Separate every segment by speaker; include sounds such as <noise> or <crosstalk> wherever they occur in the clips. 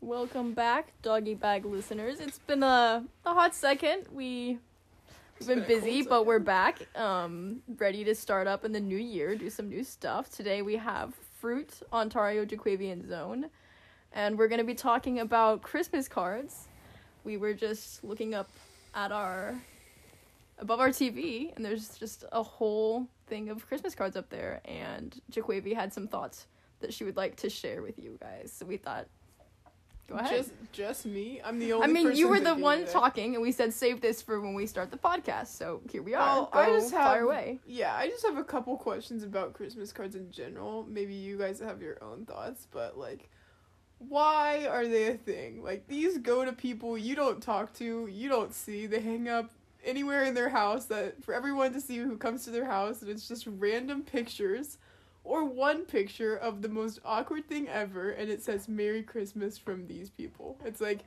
Speaker 1: Welcome back, doggy bag listeners. It's been a, a hot second. We, we've been
Speaker 2: been a cold
Speaker 1: busy, but we're back. Um, ready to start up in the new year, do some new stuff. Today we have Fruit Ontario Jaquavian Zone, and we're gonna be talking about Christmas cards. We were just looking up at our above our TV, and there's just a whole thing of Christmas cards up there. And Jaquavi had some thoughts that she would like to share with you guys. So we thought, go ahead.
Speaker 2: Just, just me. I'm the only.
Speaker 1: I mean, you
Speaker 2: person
Speaker 1: were
Speaker 2: that
Speaker 1: the
Speaker 2: did
Speaker 1: one
Speaker 2: that.
Speaker 1: talking, and we said save this for when we start the podcast. So here we are.
Speaker 2: Oh, I
Speaker 1: Go
Speaker 2: just have-
Speaker 1: fire away.
Speaker 2: Yeah, I just have a couple questions about Christmas cards in general. Maybe you guys have your own thoughts, but like, why are they a thing? Like, these go to people you don't talk to, you don't see. They hang up anywhere in their house that for everyone to see who comes to their house, and it's just random pictures. Or one picture of the most awkward thing ever, and it says "Merry Christmas" from these people. It's like,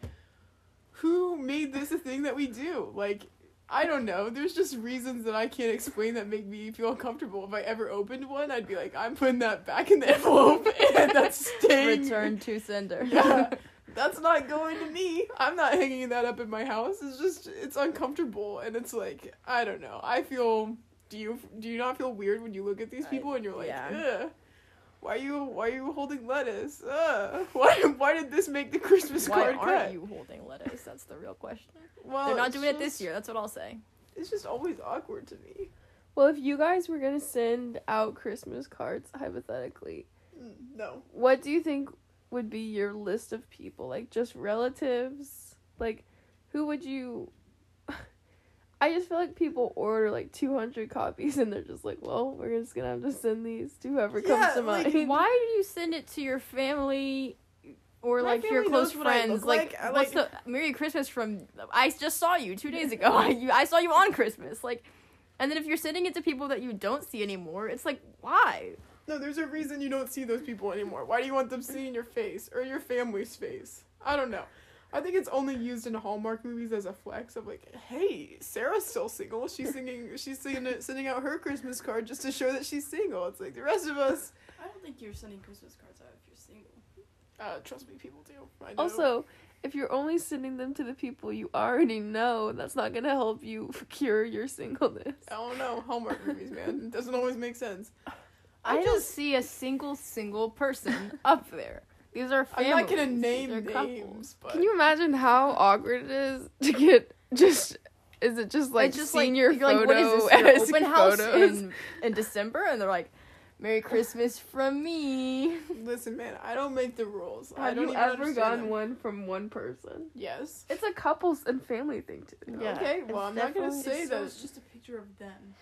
Speaker 2: who made this a thing that we do? Like, I don't know. There's just reasons that I can't explain that make me feel uncomfortable. If I ever opened one, I'd be like, I'm putting that back in the <laughs> envelope, and that's staying.
Speaker 1: Return to sender.
Speaker 3: <laughs>
Speaker 1: <laughs>
Speaker 2: Yeah, <laughs> that's not going to me. I'm not hanging that up in my house. It's just, it's uncomfortable, and it's like, I don't know. I feel. Do you do you not feel weird when you look at these
Speaker 1: I-
Speaker 2: people and you're like,
Speaker 1: yeah.
Speaker 2: Ugh, why are you why are you holding lettuce? Ugh, <laughs> why why did this make the Christmas
Speaker 1: Why
Speaker 2: card
Speaker 1: aren't
Speaker 2: cut?
Speaker 1: you holding lettuce? That's the real question.
Speaker 3: Oh,
Speaker 2: Well,
Speaker 1: They're not
Speaker 2: it's
Speaker 1: doing it this
Speaker 2: just-
Speaker 1: year. That's what I'll say.
Speaker 2: It's just always awkward to me.
Speaker 3: Well, if you guys were gonna send out Christmas cards, hypothetically,
Speaker 2: Mm, No.
Speaker 3: what do you think would be your list of people? Like just relatives? Like who would you <laughs> I just feel like people order like two hundred copies and they're just like, Well, we're just gonna have to send these to whoever
Speaker 2: Yeah,
Speaker 3: comes to
Speaker 2: like,
Speaker 3: mind.
Speaker 1: Why do you send it to your family or
Speaker 2: My
Speaker 1: like your
Speaker 2: family
Speaker 1: close
Speaker 2: knows what I
Speaker 1: friends?
Speaker 2: look
Speaker 1: Like,
Speaker 2: like. I
Speaker 1: what's the Merry Christmas from? I just saw you two days ago. <laughs> you, I saw you on Christmas. Like, and then if you're sending it to people that you don't see anymore, it's like why?
Speaker 2: No, there's a reason you don't see those people anymore. Why do you want them seeing your face or your family's face? I don't know. I think it's only used in Hallmark movies as a flex of like, hey, Sarah's still single. She's singing. She's singing, sending out her Christmas card just to show that she's single. It's like the rest of us.
Speaker 4: I don't think you're sending Christmas cards out if you're single.
Speaker 2: Uh, trust me, people do. I know.
Speaker 3: Also, if you're only sending them to the people you already know, that's not gonna help you <laughs> cure your singleness.
Speaker 2: I don't know Hallmark movies, man. It doesn't always make sense.
Speaker 1: I,
Speaker 2: I
Speaker 1: don't
Speaker 2: just-
Speaker 1: see a single single
Speaker 3: <laughs>
Speaker 1: person up there. These are families.
Speaker 2: I'm not gonna
Speaker 1: These
Speaker 2: name
Speaker 1: are
Speaker 2: names,
Speaker 1: couples.
Speaker 2: but
Speaker 3: Can you imagine how awkward it is to get just? Is it just like
Speaker 1: It's just like
Speaker 3: senior
Speaker 1: you're like,
Speaker 3: photo
Speaker 1: what is this?
Speaker 3: esque
Speaker 1: Your open house
Speaker 3: photos?
Speaker 1: in, in December, and they're like, "Merry Christmas from me."
Speaker 2: listen, man. I don't make the rules. I
Speaker 3: Have
Speaker 2: don't
Speaker 3: you
Speaker 2: even
Speaker 3: ever
Speaker 2: understand
Speaker 3: gotten
Speaker 2: them.
Speaker 3: one from one person?
Speaker 2: Yes.
Speaker 3: It's a couples and family thing to do.
Speaker 1: Yeah,
Speaker 2: okay,
Speaker 1: it's
Speaker 2: well, I'm not gonna
Speaker 1: definitely-
Speaker 2: say
Speaker 4: it's, so
Speaker 2: that.
Speaker 4: it's just a picture of them.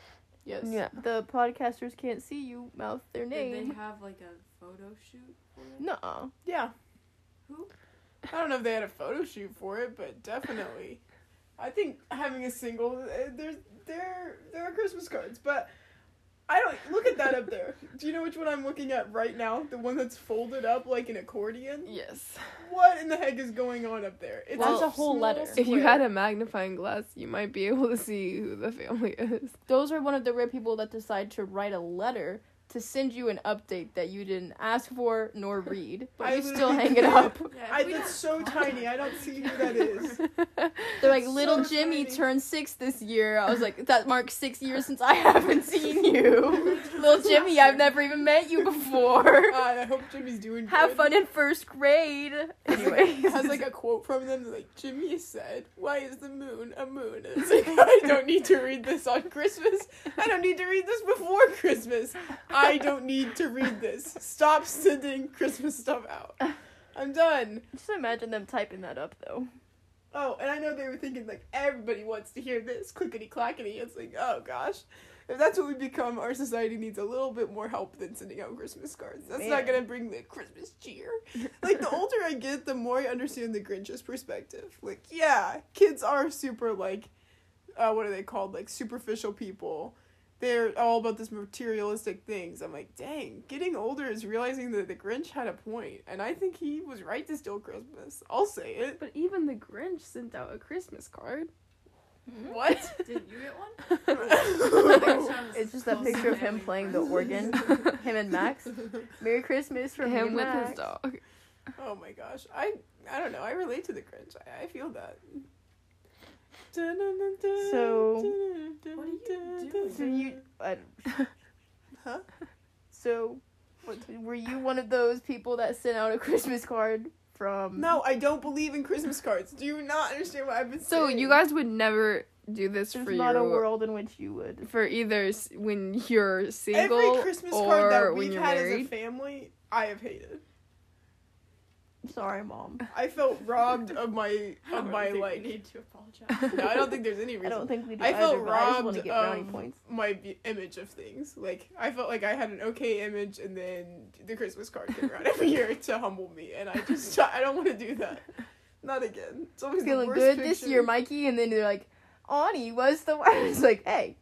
Speaker 2: Yes.
Speaker 3: Yeah.
Speaker 1: The podcasters can't see you mouth their
Speaker 4: Did they
Speaker 1: name.
Speaker 4: have like a photo shoot for it?
Speaker 1: No.
Speaker 2: Yeah.
Speaker 4: Who?
Speaker 2: I don't know if they had a photo shoot for it, but definitely, I think having a single eh, there's there there are Christmas cards, but I don't look at that up there. Do you know which one I'm looking at right now? The one that's folded up like an accordion.
Speaker 3: Yes.
Speaker 2: What in the heck is going on up there? It's
Speaker 1: That's a whole
Speaker 2: small
Speaker 1: letter.
Speaker 3: If you
Speaker 2: square.
Speaker 3: had a magnifying glass, you might be able to see who the family is.
Speaker 1: Those are one of the rare people that decide to write a letter to send you an update that you didn't ask for <laughs> nor read, but
Speaker 2: I
Speaker 1: you still
Speaker 2: literally
Speaker 1: hang it
Speaker 2: did.
Speaker 1: up.
Speaker 4: Yeah, if
Speaker 2: I,
Speaker 4: we
Speaker 2: that's
Speaker 4: don't-
Speaker 2: so tiny. I don't see who
Speaker 4: <laughs>
Speaker 2: that is.
Speaker 1: They're like,
Speaker 2: So
Speaker 1: little Jimmy
Speaker 2: tiny.
Speaker 1: turned six this year. I was like, that marks six years since I <laughs> haven't seen <laughs> you. little Jimmy, I've never even met you <laughs> before.
Speaker 2: God, I hope Jimmy's doing.
Speaker 1: Have
Speaker 2: good.
Speaker 1: fun in first grade. Anyways,
Speaker 2: <laughs> has like a quote from them like Jimmy said, "Why is the moon a moon?" And it's like I don't need to read this on Christmas. I don't need to read this before Christmas. I don't need to read this. Stop sending Christmas stuff out. I'm done.
Speaker 1: just imagine them typing that up though.
Speaker 2: Oh, and I know they were thinking like everybody wants to hear this clickety clackety. It's like oh gosh. If that's what we become, our society needs a little bit more help than sending out Christmas cards. That's
Speaker 1: Man.
Speaker 2: not gonna bring the Christmas cheer. Like the older I get, the more I understand the Grinch's perspective. Like, yeah, kids are super like uh what are they called? Like superficial people. They're all about this materialistic things. I'm like, dang, getting older is realizing that the Grinch had a point, and I think he was right to steal Christmas. I'll say it.
Speaker 3: But even the Grinch sent out a Christmas card.
Speaker 2: What?
Speaker 4: Didn't you get one? <laughs>
Speaker 2: <laughs>
Speaker 1: It's just that picture of him playing the organ.
Speaker 3: <laughs>
Speaker 1: Him and Max. Merry Christmas from me
Speaker 3: Him
Speaker 1: and
Speaker 3: with
Speaker 1: Max.
Speaker 3: his dog.
Speaker 2: Oh my gosh. I I don't know. I relate to the Grinch. I, I feel that.
Speaker 1: So-
Speaker 4: What are you doing?
Speaker 1: So you, I don't-
Speaker 2: <laughs> Huh?
Speaker 1: So, what, were you one of those people that sent out a Christmas card from?
Speaker 2: No, I don't believe in Christmas cards. Do you not understand what I've been
Speaker 3: So
Speaker 2: saying?
Speaker 3: you guys would never do this
Speaker 1: there's
Speaker 3: for
Speaker 1: not a
Speaker 3: your
Speaker 1: world in which you would.
Speaker 3: for either s- when you're single
Speaker 2: Every Christmas
Speaker 3: or
Speaker 2: card that
Speaker 3: when
Speaker 2: we've
Speaker 3: you're
Speaker 2: had as a
Speaker 3: married.
Speaker 2: family, I have hated.
Speaker 1: Sorry, mom.
Speaker 2: I felt robbed of my
Speaker 4: I
Speaker 2: <laughs> of
Speaker 4: don't
Speaker 2: my
Speaker 4: think we
Speaker 2: like.
Speaker 4: need to
Speaker 2: <laughs>
Speaker 4: apologize.
Speaker 2: No, I don't think there's
Speaker 4: <laughs>
Speaker 2: any reason.
Speaker 1: I don't think we do.
Speaker 2: I
Speaker 1: either,
Speaker 2: felt
Speaker 1: but I just
Speaker 2: robbed um,
Speaker 1: wanna get brownie
Speaker 2: of
Speaker 1: points.
Speaker 2: my b- image of things. Like I felt like I had an okay image, and then the Christmas card came around every year to humble me, and I just <laughs> I don't want to do that. Not again. It's always the
Speaker 1: Feeling
Speaker 2: worst
Speaker 1: good this
Speaker 2: picture.
Speaker 1: year, Mikey, and then they're like, Ani was the <laughs> one. It's like, hey,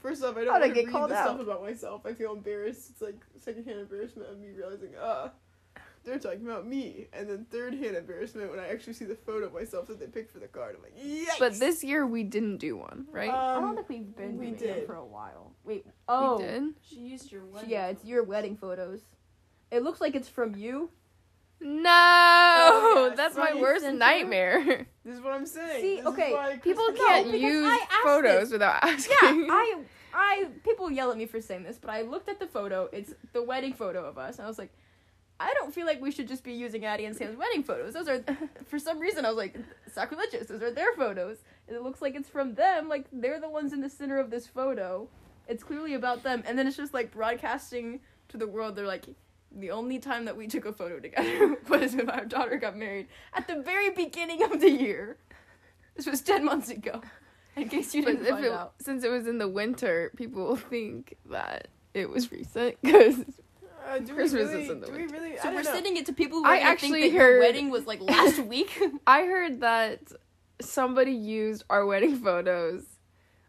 Speaker 2: First off, I don't
Speaker 1: How'd I
Speaker 2: want to
Speaker 1: get
Speaker 2: read
Speaker 1: called
Speaker 2: the stuff
Speaker 1: out?
Speaker 2: about myself. I feel embarrassed. It's like secondhand embarrassment of me realizing, uh, they're talking about me, and then third hand embarrassment when I actually see the photo of myself that they picked for the card. I'm like, yikes.
Speaker 3: But this year we didn't do one, right?
Speaker 1: I
Speaker 2: Um,
Speaker 1: don't think we've been
Speaker 2: we
Speaker 1: doing
Speaker 2: did.
Speaker 1: it for a while. Wait, oh,
Speaker 3: we did.
Speaker 4: she used your
Speaker 1: So
Speaker 4: wedding.
Speaker 1: yeah, it's
Speaker 4: phone.
Speaker 1: your wedding photos. It looks like it's from you.
Speaker 3: No,
Speaker 2: Oh, yeah,
Speaker 3: that's
Speaker 2: right,
Speaker 3: my
Speaker 2: you
Speaker 3: worst
Speaker 1: sent it?
Speaker 3: nightmare.
Speaker 2: This is what I'm saying.
Speaker 1: See,
Speaker 2: This is
Speaker 1: okay,
Speaker 2: why
Speaker 3: People
Speaker 2: Christmas-
Speaker 1: No,
Speaker 3: can't
Speaker 1: because
Speaker 3: use
Speaker 1: I asked
Speaker 3: photos
Speaker 1: it.
Speaker 3: without
Speaker 1: <laughs> Yeah,
Speaker 3: asking.
Speaker 1: I I people yell at me for saying this, but I looked at the photo. It's the wedding photo of us, and I was like, I don't feel like we should just be using Addie and Sam's wedding photos. Those
Speaker 3: <laughs>
Speaker 1: are, for some reason, I was like sacrilegious. Those are their photos, and it looks like it's from them. Like they're the ones in the center of this photo. It's clearly about them, and then it's just like broadcasting to the world. They're like. The only time that we took a photo together <laughs> was when my daughter got married at the very beginning of the year. This was ten months ago. In case you
Speaker 3: But
Speaker 1: didn't
Speaker 3: if
Speaker 1: find
Speaker 3: it-
Speaker 1: out.
Speaker 3: since it was in the winter, people will think that it was recent <laughs> because
Speaker 2: Uh, do
Speaker 3: Christmas
Speaker 2: we really,
Speaker 3: is in the
Speaker 2: do
Speaker 3: winter.
Speaker 2: we really?
Speaker 1: So
Speaker 2: I
Speaker 1: we're
Speaker 2: don't know.
Speaker 1: sending it to people who
Speaker 3: I
Speaker 1: I
Speaker 3: actually
Speaker 1: actually think that
Speaker 3: heard-
Speaker 1: your wedding was like <laughs> last week.
Speaker 3: I heard that somebody used our wedding photos,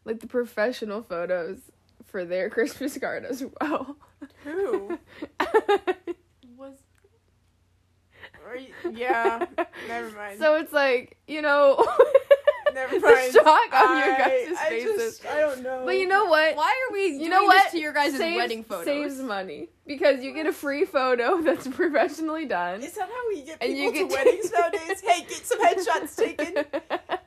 Speaker 3: like the professional photos, for their <laughs> Christmas card as well.
Speaker 2: Who?
Speaker 4: Was
Speaker 2: <laughs> Are you-
Speaker 3: <laughs>
Speaker 2: yeah. Never mind.
Speaker 3: so it's like you know, <laughs>
Speaker 2: never
Speaker 3: the
Speaker 2: mind.
Speaker 3: shock on your
Speaker 2: I,
Speaker 3: guys'
Speaker 2: I
Speaker 3: faces.
Speaker 2: just I don't know.
Speaker 3: but you know what?
Speaker 1: Why are we
Speaker 3: You
Speaker 1: doing
Speaker 3: know what?
Speaker 1: this to your guys'
Speaker 3: saves,
Speaker 1: wedding photos?
Speaker 3: saves money because you get a free photo <laughs> that's professionally done.
Speaker 2: Is that how we get
Speaker 3: And
Speaker 2: people
Speaker 3: you
Speaker 2: to
Speaker 3: get- <laughs>
Speaker 2: weddings nowadays? hey, get some headshots taken.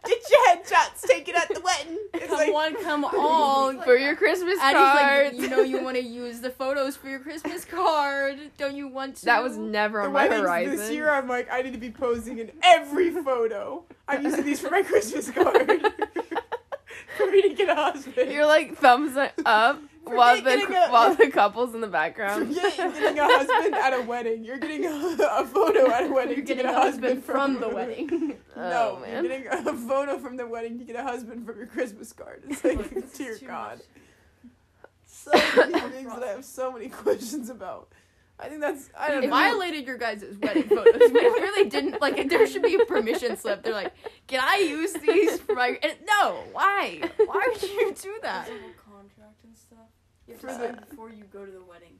Speaker 2: Get your headshots taken at the
Speaker 3: <laughs>
Speaker 2: wedding. It's
Speaker 1: come
Speaker 2: like,
Speaker 1: one, <laughs> come all.
Speaker 3: for your Christmas
Speaker 1: Addie's
Speaker 3: cards.
Speaker 1: like, you know, you <laughs> want to use the photos for your Christmas card. Don't you want to?
Speaker 3: that was never
Speaker 2: the
Speaker 3: on my
Speaker 2: weddings
Speaker 3: horizon.
Speaker 2: this year, I'm like, I need to be posing in every photo. I'm using these for my Christmas card. <laughs> for me to get a husband.
Speaker 3: You're like thumbs up
Speaker 2: <laughs>
Speaker 3: while the
Speaker 2: getting a-
Speaker 3: while the couple's in the
Speaker 2: <laughs>
Speaker 3: background.
Speaker 2: Forget getting a husband at a wedding. You're getting a, a photo at a
Speaker 1: <laughs>
Speaker 2: wedding
Speaker 1: You're
Speaker 2: to
Speaker 1: getting
Speaker 2: get
Speaker 1: a husband from the wedding.
Speaker 2: No,
Speaker 3: Oh,
Speaker 2: you're
Speaker 3: man.
Speaker 2: getting a photo from the wedding to get a husband from your Christmas card. It's like,
Speaker 4: Look, this
Speaker 2: dear
Speaker 4: is too
Speaker 2: God.
Speaker 4: much.
Speaker 2: So many things that I have so many <laughs> questions about. I think that's I don't
Speaker 1: It
Speaker 2: know.
Speaker 1: violated your guys' wedding photos.
Speaker 3: <laughs>
Speaker 1: We really didn't like. There should be a permission slip. They're like, can I use these for my? And, no, why? Why would you do that?
Speaker 4: There's a whole contract and stuff. You have
Speaker 2: For
Speaker 4: to
Speaker 2: the-
Speaker 4: sign before you go to the wedding.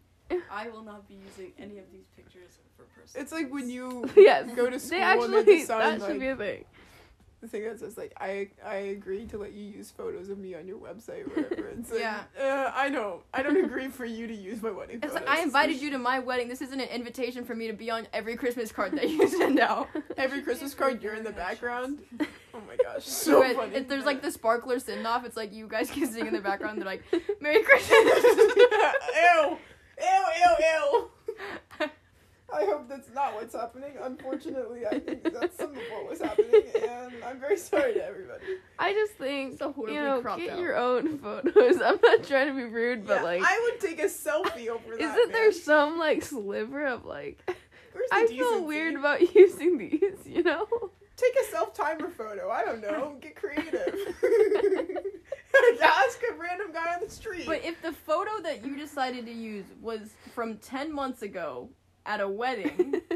Speaker 4: I will not be using any of these pictures for personal.
Speaker 2: It's like when you
Speaker 3: Yes.
Speaker 2: go to school
Speaker 3: They
Speaker 2: and they
Speaker 3: actually
Speaker 2: decide
Speaker 3: that
Speaker 2: like,
Speaker 3: should be a thing.
Speaker 2: the thing that says like I I agree to let you use photos of me on your website or whatever. It's like,
Speaker 1: Yeah.
Speaker 2: uh, I don't I don't agree for you to use my wedding
Speaker 1: <laughs> It's
Speaker 2: photos.
Speaker 1: like I invited you to my wedding. This isn't an invitation for me to be on every Christmas card that you <laughs> send out.
Speaker 2: every
Speaker 4: <laughs>
Speaker 2: Christmas card. You're in the background. Oh my gosh,
Speaker 1: So
Speaker 2: so
Speaker 1: it,
Speaker 2: funny.
Speaker 1: if there's like the sparkler send off, it's like you guys can sing in the background. They're like, "Merry Christmas."
Speaker 2: ew, ew, ew, ew. I hope that's not what's happening. Unfortunately, I think that's some of what was happening, and I'm very sorry to everybody.
Speaker 3: I just think
Speaker 1: So
Speaker 3: you
Speaker 1: horribly
Speaker 3: know,
Speaker 1: cropped
Speaker 3: get
Speaker 1: out.
Speaker 3: your own <laughs> photos. I'm not trying to be rude, but
Speaker 2: Yeah,
Speaker 3: like,
Speaker 2: I would take a selfie over that.
Speaker 3: isn't there
Speaker 2: man.
Speaker 3: some like sliver of like?
Speaker 2: Where's the
Speaker 3: I
Speaker 2: decency?
Speaker 3: feel weird about <laughs> using these. You know,
Speaker 2: Take a self timer photo. I don't know. Get creative.
Speaker 3: <laughs>
Speaker 2: <laughs> Ask a random guy on the street.
Speaker 1: but if the photo that you decided to use was from ten months ago at a wedding,
Speaker 2: <laughs>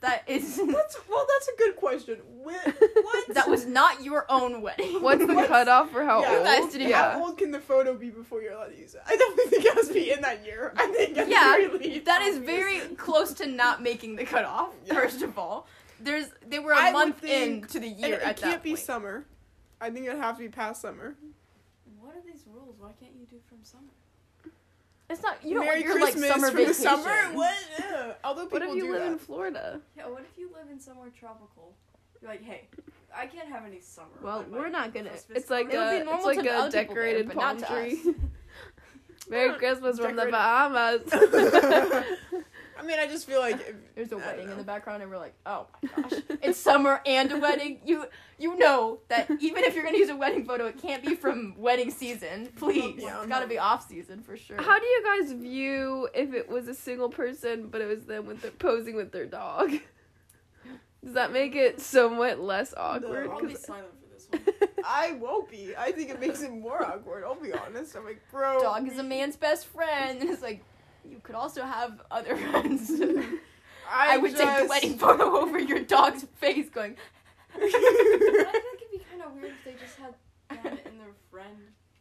Speaker 1: that is
Speaker 2: that's well, that's a good question.
Speaker 3: <laughs>
Speaker 2: Wh- what?
Speaker 1: that was not your own wedding.
Speaker 3: what's
Speaker 1: <laughs>
Speaker 3: the
Speaker 2: What's-
Speaker 3: cutoff for how
Speaker 2: yeah,
Speaker 3: old?
Speaker 1: guys didn't
Speaker 3: yeah.
Speaker 2: How old can the photo be before you're allowed to use it? I don't think it has to be in that year. I think at <laughs>
Speaker 1: Yeah,
Speaker 2: the very least,
Speaker 1: That is
Speaker 2: obvious.
Speaker 1: very close to not making the cutoff.
Speaker 2: Yeah.
Speaker 1: First of all, there's they were a
Speaker 2: I would
Speaker 1: month
Speaker 2: think-
Speaker 1: into the
Speaker 2: And
Speaker 1: year
Speaker 2: it
Speaker 1: at
Speaker 2: can't
Speaker 1: that
Speaker 2: be
Speaker 1: point.
Speaker 2: summer. I think it'd have to be past summer.
Speaker 4: What are these rules? Why can't you do from summer?
Speaker 1: it's not you don't
Speaker 2: Merry
Speaker 1: want your
Speaker 2: Christmas
Speaker 1: like summer
Speaker 2: from
Speaker 1: vacation.
Speaker 2: <laughs> the summer. What? Ugh. Although
Speaker 3: What
Speaker 2: people
Speaker 3: if you
Speaker 2: do
Speaker 3: live
Speaker 2: that.
Speaker 3: in Florida?
Speaker 4: Yeah, know, what if you live in somewhere tropical? You're like, hey, I can't have any summer.
Speaker 1: Well,
Speaker 4: on my
Speaker 1: we're not gonna.
Speaker 4: Christmas
Speaker 3: It's like
Speaker 4: card."
Speaker 1: It'll be
Speaker 3: a, it's
Speaker 1: normal
Speaker 3: like
Speaker 1: to
Speaker 3: a
Speaker 1: other people there,
Speaker 3: decorated
Speaker 1: but
Speaker 3: palm
Speaker 1: not to us. <laughs>
Speaker 3: tree. Merry Christmas from the
Speaker 2: Decorated-
Speaker 3: Bahamas.
Speaker 1: <laughs>
Speaker 2: I mean, I just feel like if-
Speaker 1: There's a
Speaker 2: I don't
Speaker 1: wedding in
Speaker 2: know.
Speaker 1: the background, and we're like, oh my gosh, <laughs> it's summer and a wedding. You you know that even if you're gonna use a wedding photo, it can't be from wedding season. Please,
Speaker 2: Yeah,
Speaker 1: it's gotta
Speaker 2: no.
Speaker 1: be off season for sure.
Speaker 3: How do you guys view if it was a single person, but it was them with their, posing with their dog? Does that make it somewhat less awkward?
Speaker 4: I'll
Speaker 1: <laughs>
Speaker 4: be
Speaker 3: <laughs> 'Cause-
Speaker 4: silent for this one.
Speaker 2: I won't be. I think it makes it more awkward. I'll be honest. I'm like, bro.
Speaker 1: dog is a
Speaker 2: we-
Speaker 1: man's best friend. And it's like, you could also have other <laughs> friends.
Speaker 2: I,
Speaker 1: I would
Speaker 2: just...
Speaker 1: take the
Speaker 2: <laughs>
Speaker 1: wedding photo over your dog's face going,
Speaker 4: I think it'd be kind of weird if they just had that in their friend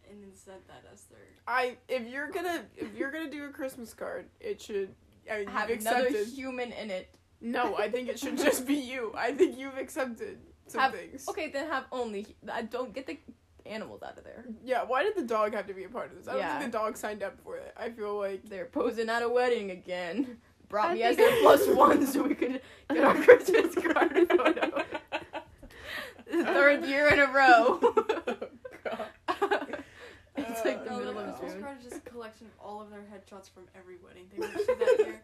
Speaker 4: and then said that as their.
Speaker 2: I if you're gonna if you're gonna do a Christmas card, it should. I mean,
Speaker 1: have
Speaker 2: you've
Speaker 1: another
Speaker 2: accepted.
Speaker 1: human in it.
Speaker 2: No, I think it should just be you. I think you've accepted some
Speaker 1: Have-
Speaker 2: things.
Speaker 1: Okay, then have only. hu- I don't get the animals out of there.
Speaker 2: Yeah, why did the dog have to be a part of this? I don't
Speaker 1: Yeah.
Speaker 2: think the dog signed up for it. I feel like
Speaker 1: They're posing at a wedding again. Brought
Speaker 3: I
Speaker 1: me as
Speaker 3: think-
Speaker 2: <laughs>
Speaker 1: their plus one so we could get our Christmas card <laughs> photo. The Third year in a row. <laughs> it's like the
Speaker 4: No,
Speaker 1: middle
Speaker 4: the
Speaker 1: of
Speaker 2: wow.
Speaker 4: Christmas
Speaker 1: June.
Speaker 4: card is just a collection of all of their headshots from every wedding they went to that year.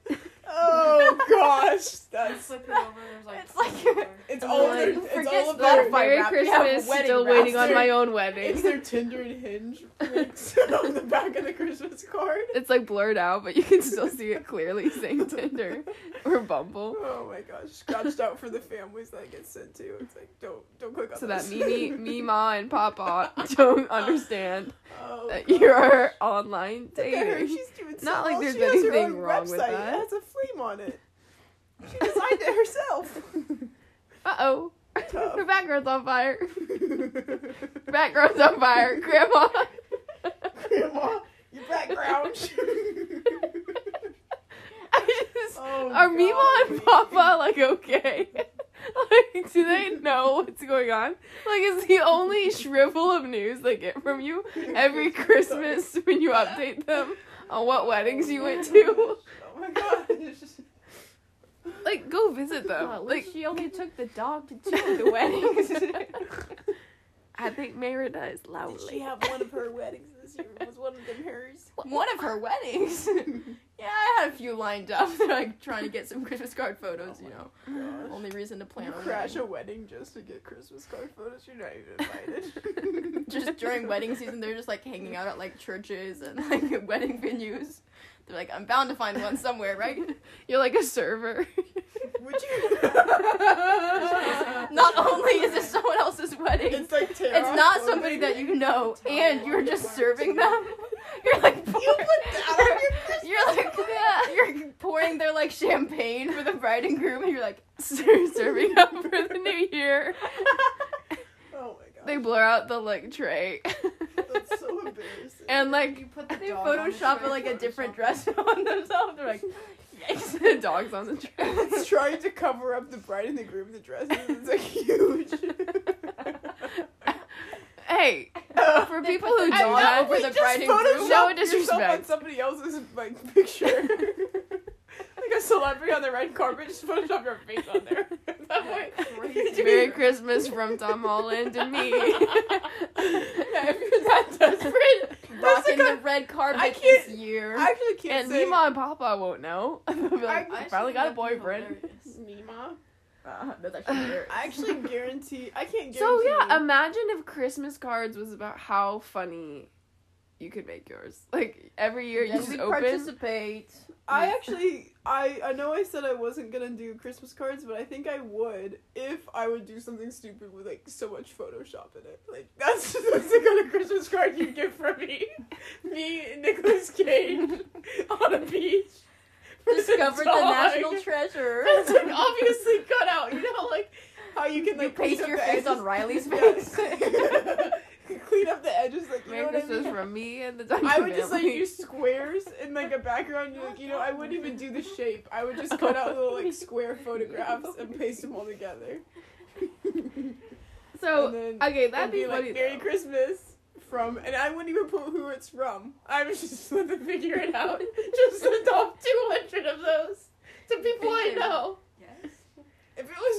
Speaker 2: Oh gosh,
Speaker 4: They
Speaker 2: that's
Speaker 4: flip it over. There's like.
Speaker 1: It's like-
Speaker 4: four more.
Speaker 2: it's all
Speaker 1: Like,
Speaker 2: their, Oh, it's
Speaker 1: forget
Speaker 2: all of
Speaker 1: Spotify.
Speaker 2: their,
Speaker 1: Fire
Speaker 3: Merry
Speaker 1: wrap, we have
Speaker 3: Christmas,
Speaker 1: wedding
Speaker 3: still
Speaker 1: wraps.
Speaker 3: waiting on my own
Speaker 2: it's
Speaker 3: wedding.
Speaker 2: <laughs> their Tinder and Hinge links <laughs> on the back of the Christmas card.
Speaker 3: It's like blurred out, but you can still see it clearly <laughs> saying Tinder or Bumble.
Speaker 2: Oh my gosh, scratched out for the families that it gets sent to. It's like don't don't click on
Speaker 3: So
Speaker 2: <laughs>
Speaker 3: that
Speaker 2: this.
Speaker 3: Mimi, Mima, and Papa don't understand
Speaker 2: Oh,
Speaker 1: <laughs>
Speaker 3: that
Speaker 2: gosh.
Speaker 3: you are online
Speaker 2: Look at her.
Speaker 3: dating.
Speaker 2: She's doing so
Speaker 3: Not like
Speaker 2: well.
Speaker 3: there's
Speaker 2: She has her
Speaker 3: anything
Speaker 2: own
Speaker 3: wrong with
Speaker 2: website.
Speaker 3: that.
Speaker 2: It has a flame on it. She designed it herself.
Speaker 3: Uh oh.
Speaker 2: Tough.
Speaker 3: Her background's on fire. <laughs> Her background's on fire. Grandma.
Speaker 2: <laughs>
Speaker 3: <laughs>
Speaker 2: Grandma, your
Speaker 3: <laughs>
Speaker 2: background.
Speaker 3: I just,
Speaker 2: Oh,
Speaker 3: are Mima and
Speaker 2: golly.
Speaker 3: Papa like okay? <laughs> like, do they know what's going on? Like, it's the only shrivel of news they get from you
Speaker 2: <laughs>
Speaker 1: <laughs>
Speaker 3: every Christmas when you update them on what weddings you went to.
Speaker 2: Oh my <laughs> gosh.
Speaker 3: Like, go visit
Speaker 1: Oh,
Speaker 3: them.
Speaker 1: at
Speaker 3: Like,
Speaker 1: least she
Speaker 3: <laughs>
Speaker 1: only took the dog to two of the weddings.
Speaker 3: I think Merida is
Speaker 2: Did she
Speaker 3: lovely.
Speaker 2: have one of her weddings this year? Was one of them hers?
Speaker 1: One of her weddings.
Speaker 2: <laughs>
Speaker 1: yeah, I had a few lined up. They're like trying to get some Christmas card photos, you know.
Speaker 2: Oh Gosh.
Speaker 1: Only reason to plan
Speaker 2: You
Speaker 1: a
Speaker 2: crash
Speaker 1: wedding.
Speaker 2: a wedding just to get Christmas card photos. You're not
Speaker 3: <laughs>
Speaker 2: even invited.
Speaker 1: Just during wedding season, they're just like hanging out at like churches and like <laughs> wedding venues. They're like, I'm bound to find one somewhere, right?
Speaker 3: You're like a <laughs> server.
Speaker 2: Would you?
Speaker 1: <laughs> Not only is it someone else's wedding, it's,
Speaker 2: it's like Tara
Speaker 1: not
Speaker 2: Fleming.
Speaker 1: somebody that you know, and you're just serving them. <laughs> You're like,
Speaker 2: You put that on your Christmas.
Speaker 1: <laughs> You're like you're pouring their like champagne for the bride and groom, and you're like, <laughs>
Speaker 3: Ser- serving up for the new year.
Speaker 2: Oh my god.
Speaker 3: They blur out the like tray.
Speaker 1: <laughs>
Speaker 2: That's so embarrassing.
Speaker 3: and like
Speaker 4: You put the
Speaker 1: they
Speaker 4: dog on the
Speaker 1: Photoshop
Speaker 4: tray,
Speaker 1: like a different
Speaker 2: <laughs>
Speaker 4: Photoshop
Speaker 1: dress on themselves. They're like, yikes.
Speaker 3: the dog's on the tray.
Speaker 2: it's trying to cover up the bride and the groom the dresses. It's
Speaker 1: <laughs>
Speaker 2: like huge.
Speaker 3: <laughs> Hey, for
Speaker 1: They
Speaker 3: people
Speaker 1: put
Speaker 3: who
Speaker 1: the
Speaker 3: do
Speaker 1: dog
Speaker 3: that,
Speaker 1: over
Speaker 3: for
Speaker 1: the
Speaker 3: the
Speaker 2: just
Speaker 3: bride and
Speaker 2: Photoshop
Speaker 3: groom, no
Speaker 2: yourself on
Speaker 3: disrespect.
Speaker 2: somebody else's like picture. <laughs> like a celebrity on the red carpet, just Photoshop your face on there. <laughs> that
Speaker 4: <laughs>
Speaker 2: way,
Speaker 4: Crazy.
Speaker 2: <laughs>
Speaker 3: Merry Christmas from Tom Holland and me.
Speaker 2: yeah, if you're that desperate, that's
Speaker 1: rocking
Speaker 2: like
Speaker 1: the
Speaker 2: a,
Speaker 1: red carpet
Speaker 2: <laughs> I can't-
Speaker 1: this year.
Speaker 2: I actually can't
Speaker 3: and
Speaker 2: say
Speaker 3: Mima and Papa won't know. <laughs> They'll be like,
Speaker 2: I-
Speaker 3: I,
Speaker 4: I actually
Speaker 3: finally got a
Speaker 4: think that'd be
Speaker 3: boyfriend.
Speaker 4: hilarious.
Speaker 2: Mima.
Speaker 1: Uh, that's actually hilarious.
Speaker 2: I actually guarantee I can't guarantee.
Speaker 3: So yeah,
Speaker 1: um,
Speaker 2: you.
Speaker 3: imagine if Christmas cards was about how funny you could make yours. <laughs> Like every year you
Speaker 1: Yes,
Speaker 3: just
Speaker 1: we
Speaker 3: open.
Speaker 1: participate.
Speaker 2: I actually, I I know I said I wasn't gonna do Christmas cards, but I think I would if I would do something stupid with like so much Photoshop in it. Like <laughs> that's that's the kind of Christmas card you get from me, me and Nicolas Cage
Speaker 1: <laughs>
Speaker 2: on a beach.
Speaker 1: <laughs>
Speaker 2: with a
Speaker 1: Discovered the
Speaker 2: dog.
Speaker 1: national treasure.
Speaker 2: <laughs> It's like obviously cut out. You know, like how you can
Speaker 1: You
Speaker 2: like
Speaker 1: paste
Speaker 2: paste
Speaker 1: your face on
Speaker 2: <laughs>
Speaker 1: Riley's face.
Speaker 2: clean up the edges, like you know
Speaker 3: Merry
Speaker 2: what I mean.
Speaker 3: Christmas from me and the Dungeon
Speaker 2: I would just like
Speaker 3: family.
Speaker 2: use squares in like a background. You like, you know, I wouldn't even do the shape. I would just cut out little like square photographs and paste them all together. <laughs> and
Speaker 3: So
Speaker 2: then
Speaker 3: okay,
Speaker 2: that'd
Speaker 3: that'd be, funny.
Speaker 2: like Merry
Speaker 3: though.
Speaker 2: Christmas from, and I wouldn't even put who it's from. I would <laughs> just let them figure it <laughs> out. just send off two hundred of those to people I know.
Speaker 4: Yes.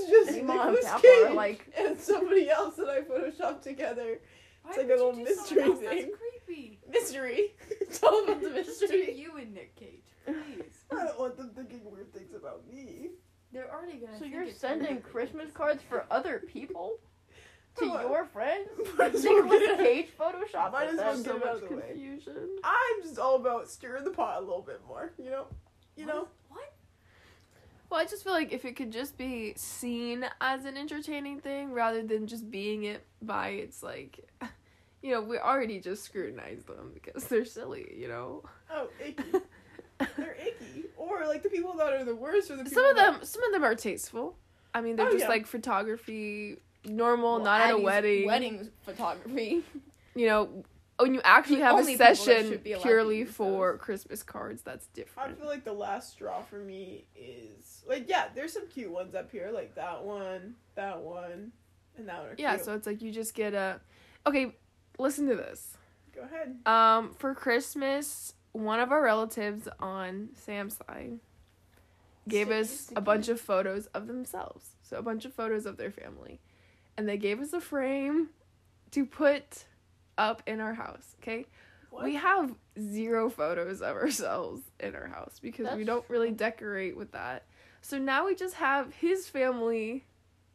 Speaker 2: just
Speaker 1: Name on
Speaker 2: Nicolas
Speaker 1: Dapper,
Speaker 2: Cage
Speaker 1: like-
Speaker 2: and somebody else that I photoshopped together.
Speaker 4: Why
Speaker 2: It's like a
Speaker 4: would you
Speaker 2: little
Speaker 4: do
Speaker 2: mystery
Speaker 4: someone else?
Speaker 2: thing.
Speaker 4: That's creepy.
Speaker 2: Mystery. <laughs>
Speaker 1: <laughs>
Speaker 2: Tell them the
Speaker 4: Just do
Speaker 2: mystery.
Speaker 4: you and Nick Cage, please.
Speaker 2: I don't want them thinking weird things about me.
Speaker 4: They're already gonna.
Speaker 1: So
Speaker 4: think
Speaker 1: you're
Speaker 4: it's
Speaker 1: sending
Speaker 4: weird.
Speaker 1: Christmas cards for other people? To
Speaker 2: Come on.
Speaker 1: your friends?
Speaker 2: <laughs> Might as well
Speaker 1: Nicolas
Speaker 2: get it-
Speaker 1: Cage Photoshop
Speaker 2: <laughs> Might as well
Speaker 1: them.
Speaker 2: get
Speaker 3: so
Speaker 2: it out of
Speaker 3: much
Speaker 2: the way.
Speaker 3: confusion.
Speaker 2: I'm just all about stirring the pot a little bit more, you know? You know?
Speaker 4: What?
Speaker 3: Well, I just feel like if it could just be seen as an entertaining thing rather than just being it by its like, <laughs> you know, we already just scrutinize them because they're silly, you
Speaker 1: <laughs>
Speaker 3: know.
Speaker 2: Oh, icky. They're icky. Or like the people that are the worst are the people
Speaker 3: some of
Speaker 2: that-
Speaker 3: them, some of them are tasteful. I mean, they're
Speaker 2: Oh,
Speaker 3: just
Speaker 2: yeah.
Speaker 3: like photography, normal,
Speaker 1: Well,
Speaker 3: not at a
Speaker 1: Addie's
Speaker 3: wedding.
Speaker 1: Wedding photography.
Speaker 3: You know, when you actually
Speaker 1: The
Speaker 3: have
Speaker 1: only
Speaker 3: a
Speaker 1: people that
Speaker 3: session
Speaker 1: should be allowed to
Speaker 3: purely
Speaker 1: use
Speaker 3: for
Speaker 1: those.
Speaker 3: Christmas cards, that's
Speaker 2: I
Speaker 3: different.
Speaker 2: feel like the last straw for me is like yeah, there's some cute ones up here, like that one, that one, and that one are
Speaker 3: yeah,
Speaker 2: cute.
Speaker 3: so it's like you just get a. Okay, listen to this.
Speaker 2: Go ahead.
Speaker 3: Um, for Christmas, one of our relatives on Sam's side gave
Speaker 4: Sick,
Speaker 3: us
Speaker 4: sick,
Speaker 3: a bunch of photos of themselves. So a bunch of photos of their family. And they gave us a frame to put up in our house, okay?
Speaker 2: What?
Speaker 3: We have zero photos of ourselves in our house because we
Speaker 1: That's
Speaker 3: don't really decorate with that. So now we just have his family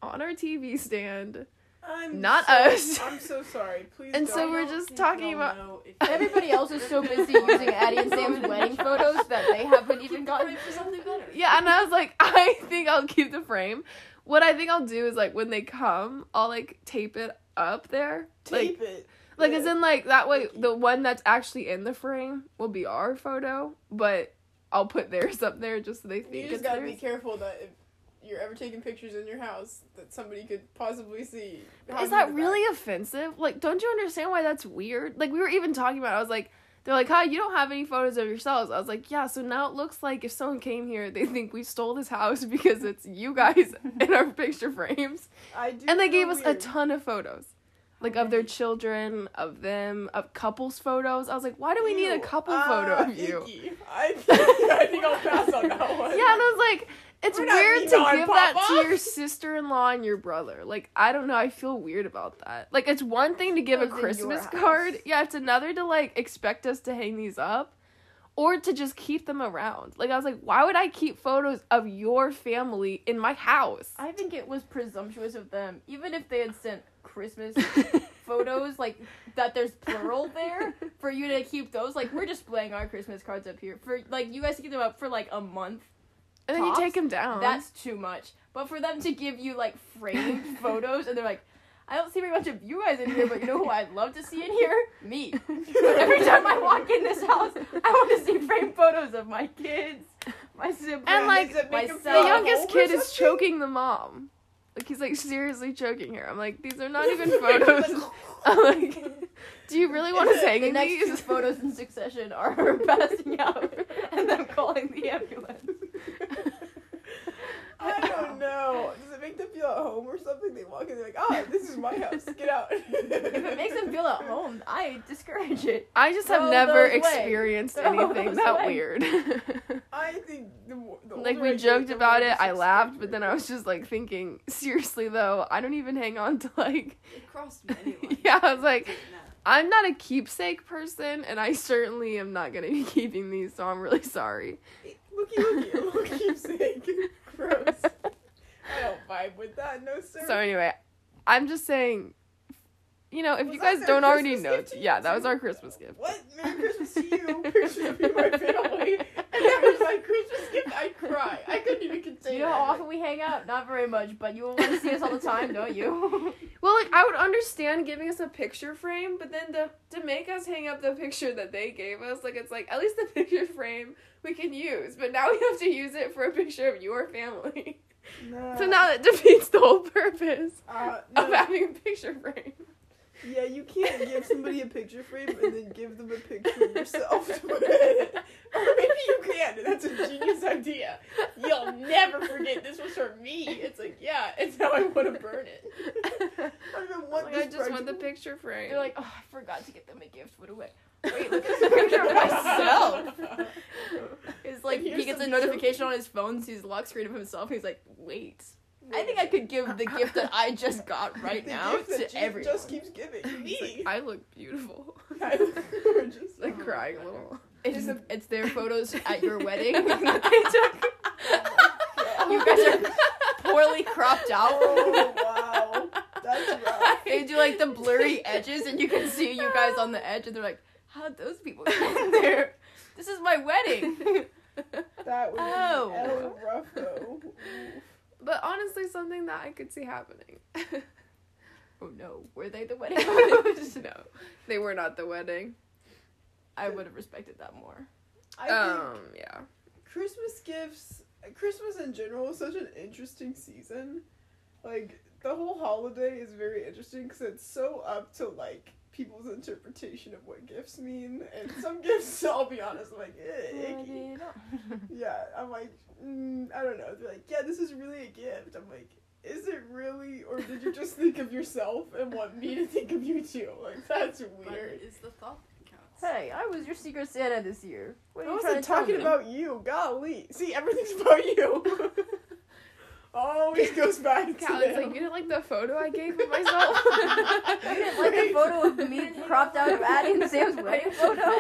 Speaker 3: on our TV stand.
Speaker 2: I'm
Speaker 3: Not
Speaker 2: so-
Speaker 3: us. <laughs>
Speaker 2: I'm so sorry. Please.
Speaker 3: And
Speaker 2: don't.
Speaker 3: so we're
Speaker 4: I don't
Speaker 3: just
Speaker 4: think
Speaker 3: talking
Speaker 4: you'll
Speaker 3: about-
Speaker 4: know if-
Speaker 1: <laughs> <laughs> Everybody else is so busy using Addie and
Speaker 4: <laughs>
Speaker 1: <laughs> Sam's wedding photos that they haven't even
Speaker 4: Keep
Speaker 1: gotten.
Speaker 4: going for
Speaker 1: <laughs>
Speaker 4: something better.
Speaker 3: Yeah, and I was like, <laughs> I think I'll keep the frame. What I think I'll do is like when they come, I'll like tape it up there.
Speaker 2: tape
Speaker 3: like
Speaker 2: it.
Speaker 3: like as
Speaker 2: Yeah.
Speaker 3: in like that way
Speaker 2: Like-
Speaker 3: the one that's actually in the frame will be our photo, but I'll put <laughs> theirs up there just so they think
Speaker 2: You
Speaker 3: it's
Speaker 2: just gotta be
Speaker 3: theirs.
Speaker 2: careful that if you're ever taking pictures in your house, that somebody could possibly see. how
Speaker 3: Is
Speaker 2: you
Speaker 3: that
Speaker 2: did
Speaker 3: really offensive? Like, don't you understand why that's weird? Like we were even talking about it, I was like they're like, hi, you don't have any photos of yourselves. I was like, yeah, so now it looks like if someone came here, they think we stole this house <laughs> because it's
Speaker 2: <laughs>
Speaker 3: you guys in our picture frames.
Speaker 2: I do
Speaker 3: and they
Speaker 2: feel
Speaker 3: gave us a
Speaker 2: weird.
Speaker 3: ton of photos like of their
Speaker 4: many?
Speaker 3: children of them of couples photos i was like why do we need a
Speaker 2: Ew,
Speaker 3: couple
Speaker 2: ah,
Speaker 3: photo of you
Speaker 2: icky. I <laughs> think, I think I'll pass on
Speaker 3: <laughs>
Speaker 2: that
Speaker 3: yeah
Speaker 2: one.
Speaker 3: and i was like it's
Speaker 2: We're not
Speaker 3: weird to
Speaker 2: Nemo and
Speaker 3: give that to
Speaker 2: Papa.
Speaker 1: <laughs>
Speaker 3: your sister-in-law and your brother like i don't know i feel weird about that like it's one thing to give a
Speaker 1: Those in your
Speaker 3: christmas
Speaker 1: house.
Speaker 3: card yeah it's another to like expect us to hang these up or to just keep them around like i was like why would i keep photos of your family in my house
Speaker 1: I think it was presumptuous of them, even if they had sent
Speaker 3: <laughs>
Speaker 1: Christmas photos, like that there's plural
Speaker 3: <laughs>
Speaker 1: there, for you to keep those. Like, we're displaying our Christmas cards up here. For, like, you guys to keep them up for, like, a month.
Speaker 3: and then you
Speaker 1: tops,
Speaker 3: take them down
Speaker 1: That's too much. But for them to give you, like,
Speaker 3: <laughs>
Speaker 1: framed photos, and they're like, I don't see very much of you guys in here, but you know who I'd love to see in here?
Speaker 3: <laughs>
Speaker 1: Me.
Speaker 2: <laughs>
Speaker 1: Every time I walk in this house, I want to see framed photos of my kids, my siblings,
Speaker 3: And, like,
Speaker 2: Does it make 'em
Speaker 1: myself.
Speaker 2: feel
Speaker 3: the
Speaker 1: Uh,
Speaker 3: youngest
Speaker 2: home or
Speaker 3: kid is
Speaker 2: something?
Speaker 3: choking the mom. Like he's like seriously choking her. I'm like, these are not even
Speaker 2: It's <laughs> like-
Speaker 1: <laughs>
Speaker 3: photos. <laughs> I'm like, do you really want to hang
Speaker 1: the
Speaker 3: in
Speaker 1: next two
Speaker 3: these?
Speaker 1: photos in succession are <laughs> her passing out and them calling the ambulance.
Speaker 2: I don't know. Does it make them feel at home or something? They walk in, they're like, "Ah, this is my house. Get
Speaker 3: <laughs>
Speaker 2: out."
Speaker 1: If it makes them feel at
Speaker 2: <laughs>
Speaker 1: home, I discourage it.
Speaker 3: <laughs> I just have
Speaker 1: Throw
Speaker 3: never
Speaker 1: those away.
Speaker 3: experienced
Speaker 1: Throw
Speaker 3: anything
Speaker 1: those
Speaker 3: that
Speaker 1: away.
Speaker 2: <laughs>
Speaker 3: weird.
Speaker 2: I think the, mo- the
Speaker 3: like
Speaker 2: older I
Speaker 3: we
Speaker 2: get,
Speaker 3: joked
Speaker 2: the
Speaker 3: about
Speaker 2: more
Speaker 3: it, I
Speaker 2: just
Speaker 3: laughed, but
Speaker 2: expect
Speaker 3: then I
Speaker 2: it.
Speaker 3: was just like thinking, <laughs> seriously though, I don't even hang on to like <laughs>
Speaker 4: It crossed many
Speaker 1: <laughs>
Speaker 4: lines.
Speaker 3: Yeah, I was like-
Speaker 4: No.
Speaker 3: I'm not a keepsake person and I certainly am not gonna be <laughs> keeping these, so I'm really sorry.
Speaker 2: looky looky, <laughs> a little keepsake. Gross. I don't vibe with that. No sir.
Speaker 3: So anyway, I'm just saying, you know, if
Speaker 2: Was
Speaker 3: you
Speaker 2: that
Speaker 3: guys
Speaker 2: their
Speaker 3: don't already
Speaker 2: Christmas
Speaker 3: know,
Speaker 2: gift to you
Speaker 3: yeah, that was
Speaker 2: too?
Speaker 3: our Christmas gift.
Speaker 2: What? Merry Christmas to
Speaker 3: <laughs>
Speaker 2: you. Picture of you, my family. And that was my Christmas gift. I cry. I couldn't even contain
Speaker 1: You know
Speaker 2: it.
Speaker 1: how often we hang out? Not very much, but you want to see us all the time, don't you?
Speaker 3: Well, like I would understand giving us a picture frame, but then to to make us hang up the picture that they gave us, like it's like at least the <laughs> picture frame we can use, but now we have to use it for a picture of your family. <laughs>
Speaker 2: No.
Speaker 3: So now that defeats the whole purpose
Speaker 2: Uh,
Speaker 3: <laughs> of
Speaker 2: no.
Speaker 3: having a picture frame.
Speaker 1: <laughs>
Speaker 2: Yeah, you can't give somebody a picture frame and then give them a picture of yourself <laughs> to put in. Or maybe you can. That's a genius idea. You'll never forget this was for me. It's like, yeah, and now I want to burn it. I don't even want
Speaker 3: <laughs> Like,
Speaker 2: this
Speaker 3: I just want the
Speaker 2: project.
Speaker 3: picture
Speaker 1: <laughs>
Speaker 3: frame.
Speaker 1: You're like, oh, I forgot to get them a gift. What do <laughs> I?
Speaker 2: <laughs>
Speaker 1: Wait, look at this picture of <laughs> myself. It's like
Speaker 2: Here's
Speaker 1: he gets a
Speaker 2: some
Speaker 1: notification on his phone, sees the lock screen of himself, and he's like, wait, I think I could give the gift that I just <laughs> got right
Speaker 2: The
Speaker 1: now
Speaker 2: gift that
Speaker 1: to
Speaker 2: Jeep
Speaker 1: everyone.
Speaker 2: just keeps giving me.
Speaker 3: I look
Speaker 1: <laughs>
Speaker 3: beautiful.
Speaker 2: <laughs> I we're just
Speaker 3: like
Speaker 4: Oh,
Speaker 3: crying a
Speaker 4: God.
Speaker 3: little.
Speaker 1: It's, it's
Speaker 3: <laughs>
Speaker 1: their photos at <laughs> your wedding. <laughs> you guys are poorly cropped <laughs> out.
Speaker 2: <laughs> Oh wow, that's <laughs> rough.
Speaker 1: They do like the blurry <laughs>
Speaker 3: <laughs>
Speaker 1: edges, and you can see you guys on the edge, and they're like, "How'd those people
Speaker 3: <laughs>
Speaker 1: get in there? This is my
Speaker 2: <laughs>
Speaker 1: wedding."
Speaker 2: That would
Speaker 1: Oh.
Speaker 2: be hell rough though.
Speaker 3: But honestly, something that I could see
Speaker 2: <laughs>
Speaker 3: happening.
Speaker 1: oh no, were they the wedding? host?
Speaker 3: <laughs> no, they were not the wedding.
Speaker 1: I would have respected that more.
Speaker 2: I
Speaker 3: Um, yeah.
Speaker 2: think Christmas gifts, Christmas in general, is such an interesting season. Like the whole holiday is very interesting because it's so up to like people's interpretation of what gifts mean, and some gifts, I'll be honest, I'm like eh, icky. Yeah, I'm like, mm, I don't know. They're like, yeah, this is really a gift. I'm like, is it really, or did you just think of yourself and want me to think of you too? Like, that's
Speaker 4: But
Speaker 2: weird.
Speaker 4: it's the thought that counts.
Speaker 1: <laughs> Hey, I was your Secret Santa this year. What
Speaker 2: I
Speaker 1: are you trying
Speaker 2: wasn't
Speaker 1: to tell
Speaker 2: talking
Speaker 1: me?
Speaker 2: about you. Golly, see, everything's about
Speaker 1: <laughs>
Speaker 2: you. Always goes back to
Speaker 3: Callie's like,
Speaker 2: them.
Speaker 3: you didn't like the photo I gave of myself?
Speaker 2: <laughs>
Speaker 1: You <laughs> didn't like the photo of me <laughs> cropped out of Addie and Sam's wedding photo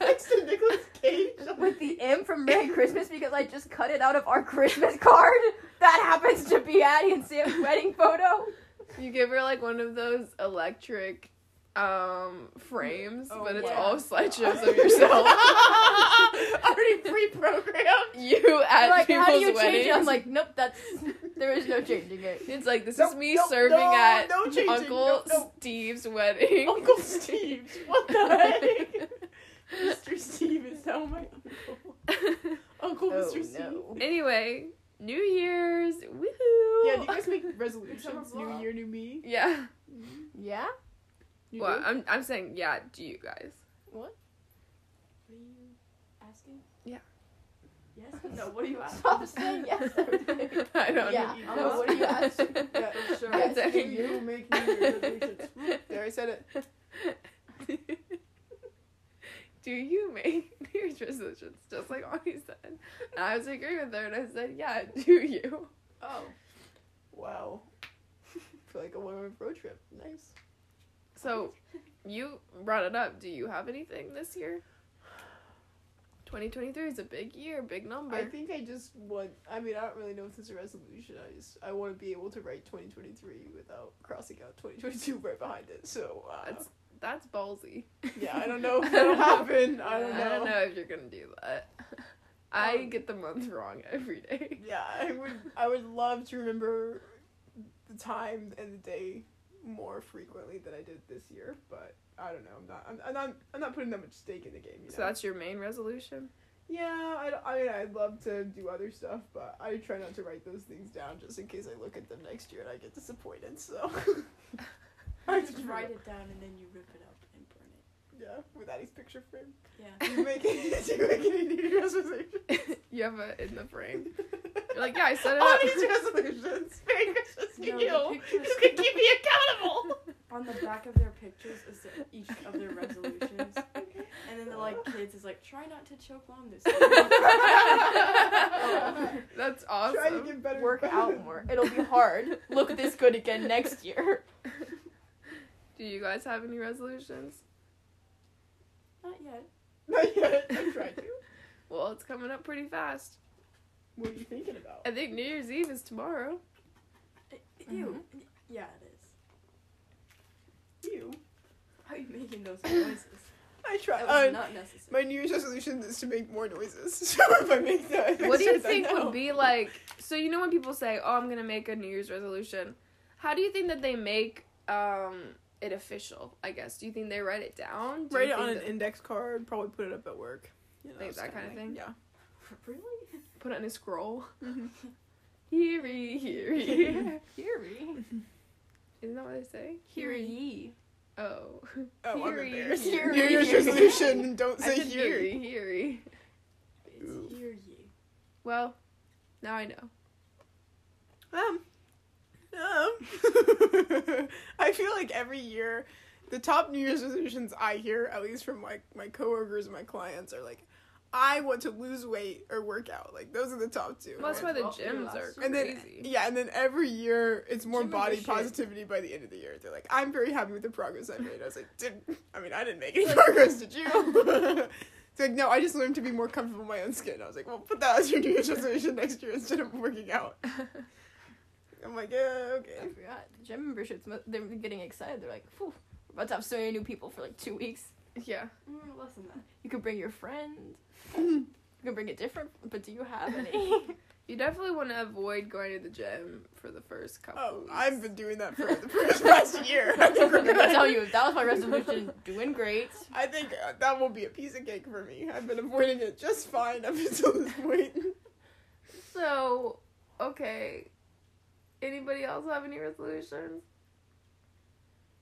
Speaker 2: next to Nicholas Cage.
Speaker 1: <laughs>
Speaker 2: I'm <laughs>
Speaker 1: with the M from Merry Christmas because I just cut it out of our Christmas card. <laughs> That happens to be Addie and <laughs> Sam's wedding photo.
Speaker 3: you give her like one of those electric um frames,
Speaker 2: Oh,
Speaker 3: but it's
Speaker 1: yeah.
Speaker 3: all slideshows
Speaker 2: <laughs>
Speaker 3: of yourself.
Speaker 2: already pre-programmed.
Speaker 3: you at
Speaker 1: like,
Speaker 3: people's
Speaker 1: how do you change
Speaker 3: weddings.
Speaker 1: it? I'm like, nope, that's there is no changing it. <laughs>
Speaker 3: it's like this is
Speaker 2: Nope,
Speaker 3: me
Speaker 2: nope,
Speaker 3: serving
Speaker 2: no,
Speaker 3: at
Speaker 2: no changing,
Speaker 3: Uncle
Speaker 2: nope, nope.
Speaker 3: Steve's wedding.
Speaker 2: Uncle Steve. What the <laughs> heck? Mr. Steve is now my uncle. Uncle
Speaker 1: Oh,
Speaker 2: Mr. Steve.
Speaker 1: no.
Speaker 3: <laughs> anyway, New Year's, woohoo!
Speaker 2: Yeah, do you guys make
Speaker 4: Summer
Speaker 2: resolutions? New
Speaker 4: vlog.
Speaker 2: year, new me.
Speaker 3: <laughs> yeah.
Speaker 1: Yeah?
Speaker 2: You
Speaker 3: Well,
Speaker 2: do?
Speaker 3: I'm I'm saying yeah. Do you
Speaker 2: <laughs>
Speaker 3: guys? <laughs>
Speaker 1: What?
Speaker 4: What are you asking?
Speaker 3: Yeah.
Speaker 4: Yes? No, what
Speaker 1: <laughs>
Speaker 4: are you asking?
Speaker 1: Stop saying
Speaker 4: <laughs>
Speaker 1: yes. everything.
Speaker 3: I don't
Speaker 1: Yeah.
Speaker 2: know.
Speaker 1: No, Uh, oh, what are
Speaker 2: <laughs>
Speaker 1: you asking?
Speaker 2: Yeah,
Speaker 4: sure.
Speaker 1: Yes,
Speaker 2: That's
Speaker 1: do
Speaker 2: it.
Speaker 1: you?
Speaker 2: You make new year
Speaker 1: <laughs>
Speaker 2: resolutions. Whoop, There, I said it.
Speaker 3: know. Do you make <laughs> New Year's resolutions? Just like Ani said. And I was agreeing with her and I said, Yeah, <laughs> do you?
Speaker 2: Oh.
Speaker 1: <laughs>
Speaker 2: Wow. I <laughs> feel like a one-way road trip. Nice.
Speaker 3: So you brought it up. Do you have anything this year? 2023 is a big year, big number.
Speaker 2: I think I just want. I mean, I don't really know if it's a resolution. I just I want to be able to write 2023 without crossing out 2022 right behind it. So uh,
Speaker 3: That's- That's ballsy.
Speaker 2: yeah, I don't know
Speaker 3: <laughs>
Speaker 2: if that'll happen. I don't know.
Speaker 3: I don't know if you're gonna do
Speaker 2: <laughs>
Speaker 3: that. I
Speaker 2: Um,
Speaker 3: get the month wrong every day.
Speaker 2: Yeah, I would. I would love to remember the time and the day more frequently than I did this year. But I don't know. I'm not. I'm, I'm not. I'm not putting that much stake in the game. You know?
Speaker 3: So that's your main resolution?
Speaker 2: yeah. I, don't- I mean, I'd love to do other stuff, but I try not to write those things down just in case I look at them next year and I get disappointed. So. <laughs> I
Speaker 4: Just
Speaker 2: just
Speaker 4: write it down and then you rip it up and burn it.
Speaker 2: Yeah, with Addie's picture frame.
Speaker 4: Yeah.
Speaker 2: You make <laughs> it. You make it a New Year's resolution.
Speaker 3: you have it in the
Speaker 2: <laughs>
Speaker 3: frame. You're like, yeah, I set it
Speaker 2: All
Speaker 3: up.
Speaker 2: these resolutions. <laughs> Merry Christmas to
Speaker 3: <laughs>
Speaker 1: <laughs>
Speaker 4: No, the
Speaker 2: you.
Speaker 4: pictures-
Speaker 2: You can keep me accountable.
Speaker 4: On the back of their pictures is the, each
Speaker 1: <laughs>
Speaker 4: of their resolutions. And then the like <laughs> kids is like, try not to choke mom <laughs> this year.
Speaker 3: That's
Speaker 2: Try to
Speaker 3: awesome.
Speaker 2: get better.
Speaker 1: Work out more. It'll be hard. <laughs> Look this good again next year.
Speaker 3: Do you guys have any resolutions?
Speaker 4: Not yet.
Speaker 2: <laughs> Not yet. I tried to.
Speaker 3: Well, it's coming up pretty fast.
Speaker 2: What are you thinking about?
Speaker 3: I think New Year's Eve
Speaker 2: <laughs>
Speaker 3: is tomorrow.
Speaker 4: Uh, Ew. Yeah, it is.
Speaker 2: You.
Speaker 4: How are you making <laughs> those noises?
Speaker 2: I try.
Speaker 4: That was
Speaker 2: Uh,
Speaker 4: not necessary.
Speaker 2: my New Year's resolution is to make more noises. <laughs> So if I make that,
Speaker 3: What do you
Speaker 2: noise, I
Speaker 3: think
Speaker 2: know.
Speaker 3: would be like? So you know when people say, "Oh, I'm gonna make a New Year's resolution," how do you think that they make um, it official? I guess. Do you think they write it down? Do you
Speaker 2: Write it
Speaker 3: think
Speaker 2: on an
Speaker 3: that-
Speaker 2: index card. Probably put it up at work. You know,
Speaker 3: Like
Speaker 2: it's
Speaker 3: that
Speaker 2: kinda
Speaker 3: kinda thing?
Speaker 2: Yeah.
Speaker 4: <laughs> Really?
Speaker 3: put it in
Speaker 2: <laughs>
Speaker 3: a scroll. <laughs> Here, here, here.
Speaker 1: Heary.
Speaker 3: Isn't that what they say?
Speaker 1: Heary.
Speaker 3: Oh. <laughs>
Speaker 2: Oh, I'm
Speaker 3: Eerie.
Speaker 2: embarrassed.
Speaker 1: Eerie.
Speaker 2: New Year's resolution. Don't
Speaker 3: I
Speaker 2: say
Speaker 3: said
Speaker 2: here.
Speaker 3: eerie, eerie.
Speaker 2: Ooh.
Speaker 4: It's hear ye.
Speaker 3: Well, now I know.
Speaker 2: Um, um. <laughs> I feel like every year, the top New Year's resolutions I hear, at least from like my coworkers and my clients, are like, I want to lose weight or work out. Like those are the top two.
Speaker 3: Well, that's why the
Speaker 4: Well, yeah,
Speaker 3: gyms are
Speaker 4: that's
Speaker 2: and then
Speaker 3: crazy.
Speaker 2: yeah, and then every year it's more
Speaker 4: Gym
Speaker 2: body
Speaker 4: membership.
Speaker 2: positivity by the end of the year. They're like, I'm very happy with the progress I made. I was like, did I mean I didn't make any progress, did you? it's like, no, I just learned to be more comfortable in my own skin. I was like, well, put that as your New Year's resolution next year instead of working out. I'm like, yeah,
Speaker 1: I
Speaker 2: okay.
Speaker 1: forgot. The gym memberships, mu- they're getting excited. They're like, Phew, we're about to have so many new people for like two weeks.
Speaker 3: yeah.
Speaker 4: Mm, less than that.
Speaker 1: You could bring your friend. you can bring a different, but do you have any? <laughs>
Speaker 3: You definitely want to avoid going to the gym for the first couple.
Speaker 2: Oh,
Speaker 3: weeks.
Speaker 2: I've been doing that for the first past year. I think, we're
Speaker 1: I'm gonna
Speaker 2: gonna,
Speaker 1: tell you, if that was my resolution, doing great.
Speaker 2: I think uh, that will be a piece of cake for me. I've been avoiding it just fine up until this point.
Speaker 3: So, okay. Anybody else have any resolutions?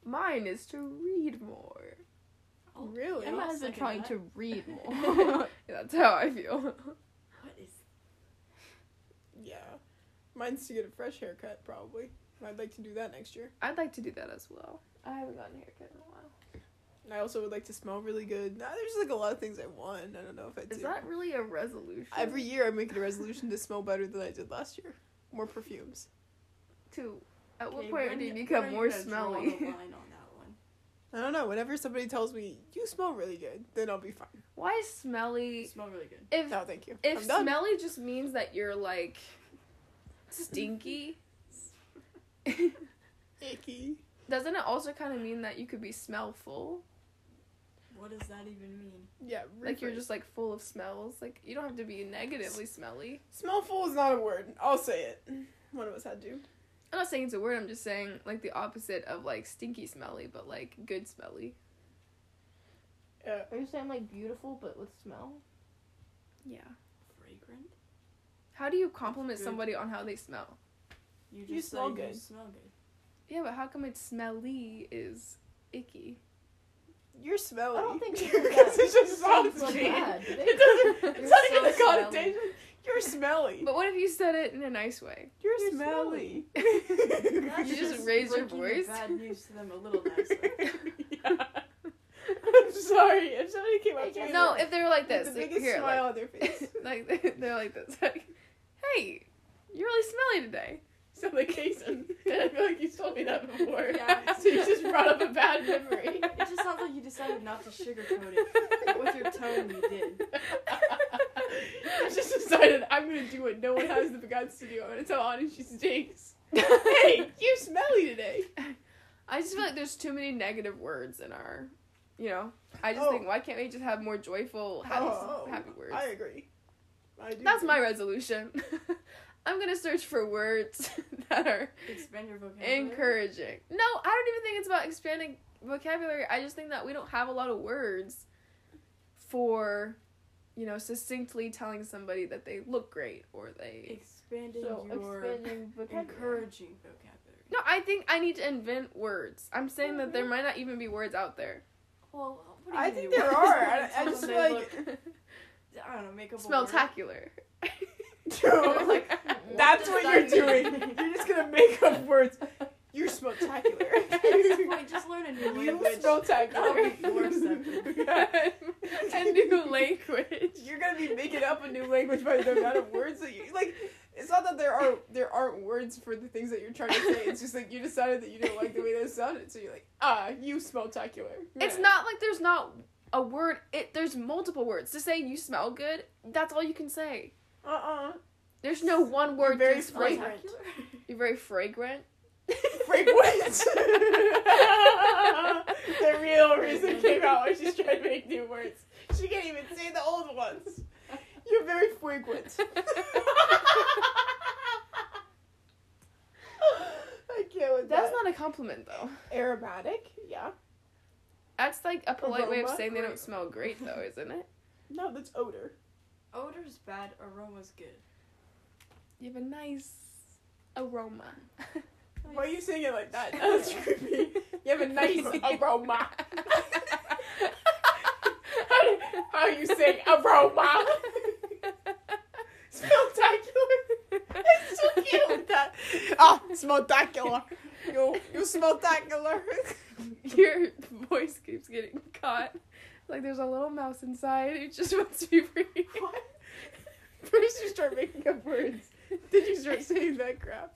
Speaker 3: Mine is to
Speaker 4: <laughs>
Speaker 3: read more. <laughs>
Speaker 4: Oh,
Speaker 2: Really?
Speaker 4: I'll
Speaker 1: Emma has been
Speaker 4: second
Speaker 1: trying
Speaker 4: that.
Speaker 1: to <laughs> read more.
Speaker 3: That's how I feel.
Speaker 4: What is
Speaker 2: Yeah. Mine's to get a fresh haircut, probably. I'd like to do that next year.
Speaker 3: I'd like to do that as well. I haven't gotten a haircut in a while.
Speaker 2: And I also would like to smell really good. Nah, there's like a lot of things I want. I don't know if I do.
Speaker 3: Is that really a resolution?
Speaker 2: Every year I make it a resolution to smell better than I did last year. More perfumes.
Speaker 3: to at what
Speaker 4: Okay,
Speaker 3: point
Speaker 4: when-
Speaker 3: do you
Speaker 4: when are
Speaker 3: become more
Speaker 4: gonna draw the
Speaker 3: smelly?
Speaker 4: line on that one?
Speaker 2: I don't know. Whenever somebody tells me you smell really good, then I'll be fine.
Speaker 3: <laughs> Why
Speaker 4: <laughs> You
Speaker 3: smelly?
Speaker 4: smell really good.
Speaker 3: If
Speaker 2: No, thank you.
Speaker 3: if
Speaker 2: I'm done.
Speaker 3: smelly just means that you're like
Speaker 2: <laughs>
Speaker 3: stinky,
Speaker 2: icky.
Speaker 3: doesn't it also kind of mean that you could be smellful?
Speaker 4: What does that even mean?
Speaker 2: Yeah,
Speaker 3: Like you're
Speaker 2: rephrase.
Speaker 3: just like full of smells. Like you don't have to be negatively smelly.
Speaker 2: smellful is not a word. I'll say it. One of us had to.
Speaker 3: I'm not saying it's a word. I'm just saying like the opposite of like stinky smelly, but like good smelly.
Speaker 2: Uh,
Speaker 1: Are you saying like beautiful but with smell?
Speaker 3: Yeah.
Speaker 4: Fragrant?
Speaker 3: How do you compliment
Speaker 4: Good.
Speaker 3: somebody on how they smell?
Speaker 4: You
Speaker 2: You smell
Speaker 4: said
Speaker 2: good.
Speaker 4: You smell good. <laughs>
Speaker 3: Yeah, but how come it's smelly is icky?
Speaker 2: you're smelly.
Speaker 1: I don't
Speaker 2: <laughs>
Speaker 1: think
Speaker 2: you
Speaker 1: people
Speaker 2: because
Speaker 1: that-
Speaker 2: it's just
Speaker 1: people
Speaker 2: sounds
Speaker 1: feel <laughs>
Speaker 2: mean.
Speaker 1: bad, do they?
Speaker 2: It doesn't. <laughs> It's not
Speaker 3: You're
Speaker 2: even a
Speaker 3: so smelly.
Speaker 2: connotation. You're smelly.
Speaker 3: But what if you said it in a nice
Speaker 2: <laughs>
Speaker 3: way?
Speaker 2: You're,
Speaker 1: You're
Speaker 2: smelly. <laughs>
Speaker 4: That's
Speaker 3: just raise your
Speaker 4: breaking the
Speaker 3: voice?
Speaker 4: Bad news to them a little <laughs> nicer.
Speaker 2: I'm sorry. If somebody came up to me,
Speaker 3: No,
Speaker 2: with
Speaker 3: if they were like this,
Speaker 2: the
Speaker 3: like,
Speaker 2: biggest
Speaker 3: here,
Speaker 2: smile
Speaker 3: like,
Speaker 2: on their
Speaker 3: <laughs>
Speaker 2: face. <laughs>
Speaker 3: like they're like this, like, hey, you're really smelly today.
Speaker 2: so the case, and <laughs> I feel like you told me that before.
Speaker 4: Yeah.
Speaker 2: <laughs> So you just brought up a bad memory. <laughs>
Speaker 4: It just sounds like you decided not to sugarcoat it. But with your tone, you did.
Speaker 2: I just decided I'm gonna do what no one has the guts to do. I'm gonna tell Anna she stinks. hey, you smelly today.
Speaker 3: I just feel like there's too many negative words in our, you know. I just
Speaker 2: Oh.
Speaker 3: think why can't we just have more joyful, happy,
Speaker 2: Oh,
Speaker 3: happy words?
Speaker 2: I agree. I do.
Speaker 3: That's my resolution. <laughs> I'm gonna search for words <laughs> that are
Speaker 4: Expand your vocabulary.
Speaker 3: encouraging. No, I don't even think it's about expanding vocabulary. I just think that we don't have a lot of words for, you know, succinctly telling somebody that they look great or they.
Speaker 4: Expanding
Speaker 1: So
Speaker 4: your
Speaker 1: expanding vocabulary.
Speaker 4: encouraging vocabulary.
Speaker 3: No, I think I need to invent words. I'm saying that there might not even be words out there.
Speaker 4: Well, what do you
Speaker 2: I
Speaker 4: mean
Speaker 2: think
Speaker 4: they
Speaker 2: there
Speaker 4: were?
Speaker 2: are. I, I
Speaker 4: Some
Speaker 2: just
Speaker 4: of
Speaker 2: feel
Speaker 4: them
Speaker 2: like
Speaker 4: look- I don't know, make up a word. <laughs>
Speaker 3: Spelltacular.
Speaker 2: <laughs> Dude,
Speaker 3: <laughs>
Speaker 2: like that's
Speaker 4: does
Speaker 2: what
Speaker 4: that
Speaker 2: you're
Speaker 4: mean?
Speaker 2: doing. You're just gonna make up words. You're spectacular.
Speaker 4: At this point, just learn a new
Speaker 2: You
Speaker 4: language. That'll
Speaker 2: spectacular.
Speaker 4: be more acceptable.
Speaker 2: <laughs>
Speaker 3: a new language.
Speaker 2: You're gonna be making up a new language by the amount of words that you like. It's not that there are there aren't words for the things that you're trying to say. It's just like you decided that you didn't like the way that it sounded, so you're like, ah, you spectacular.
Speaker 3: It's not like there's not a word. It there's multiple words to say. You smell good. That's all you can say.
Speaker 2: Uh uh
Speaker 3: There's no one word
Speaker 2: very
Speaker 3: to explain.
Speaker 2: fragrant.
Speaker 3: You're very fragrant. <laughs>
Speaker 2: Fragrant. <laughs> the real reason came out when she's trying to make new words. She can't even say the old ones. You're very
Speaker 3: <laughs>
Speaker 2: fragrant. I can't with
Speaker 3: That's
Speaker 2: that.
Speaker 3: not a compliment though.
Speaker 2: aromatic. Yeah.
Speaker 3: That's like a polite way of
Speaker 2: Aroma?
Speaker 3: saying they
Speaker 2: Great.
Speaker 3: don't smell great though, isn't it?
Speaker 2: No, that's odor.
Speaker 4: <laughs> Odor's bad, aroma's good. <laughs>
Speaker 3: You have a nice <laughs> aroma.
Speaker 2: Why are you saying it like that? <laughs> That's creepy. You have a nice aroma. how, how are you saying
Speaker 3: <laughs>
Speaker 2: aroma? Spectacular. It's so <laughs> cute with that. Ah, spectacular. <laughs> You you spectacular.
Speaker 3: Your voice keeps getting caught Like there's a little mouse inside. It just wants to be <laughs> free.
Speaker 2: What? First you start making up words. Then you start saying that crap.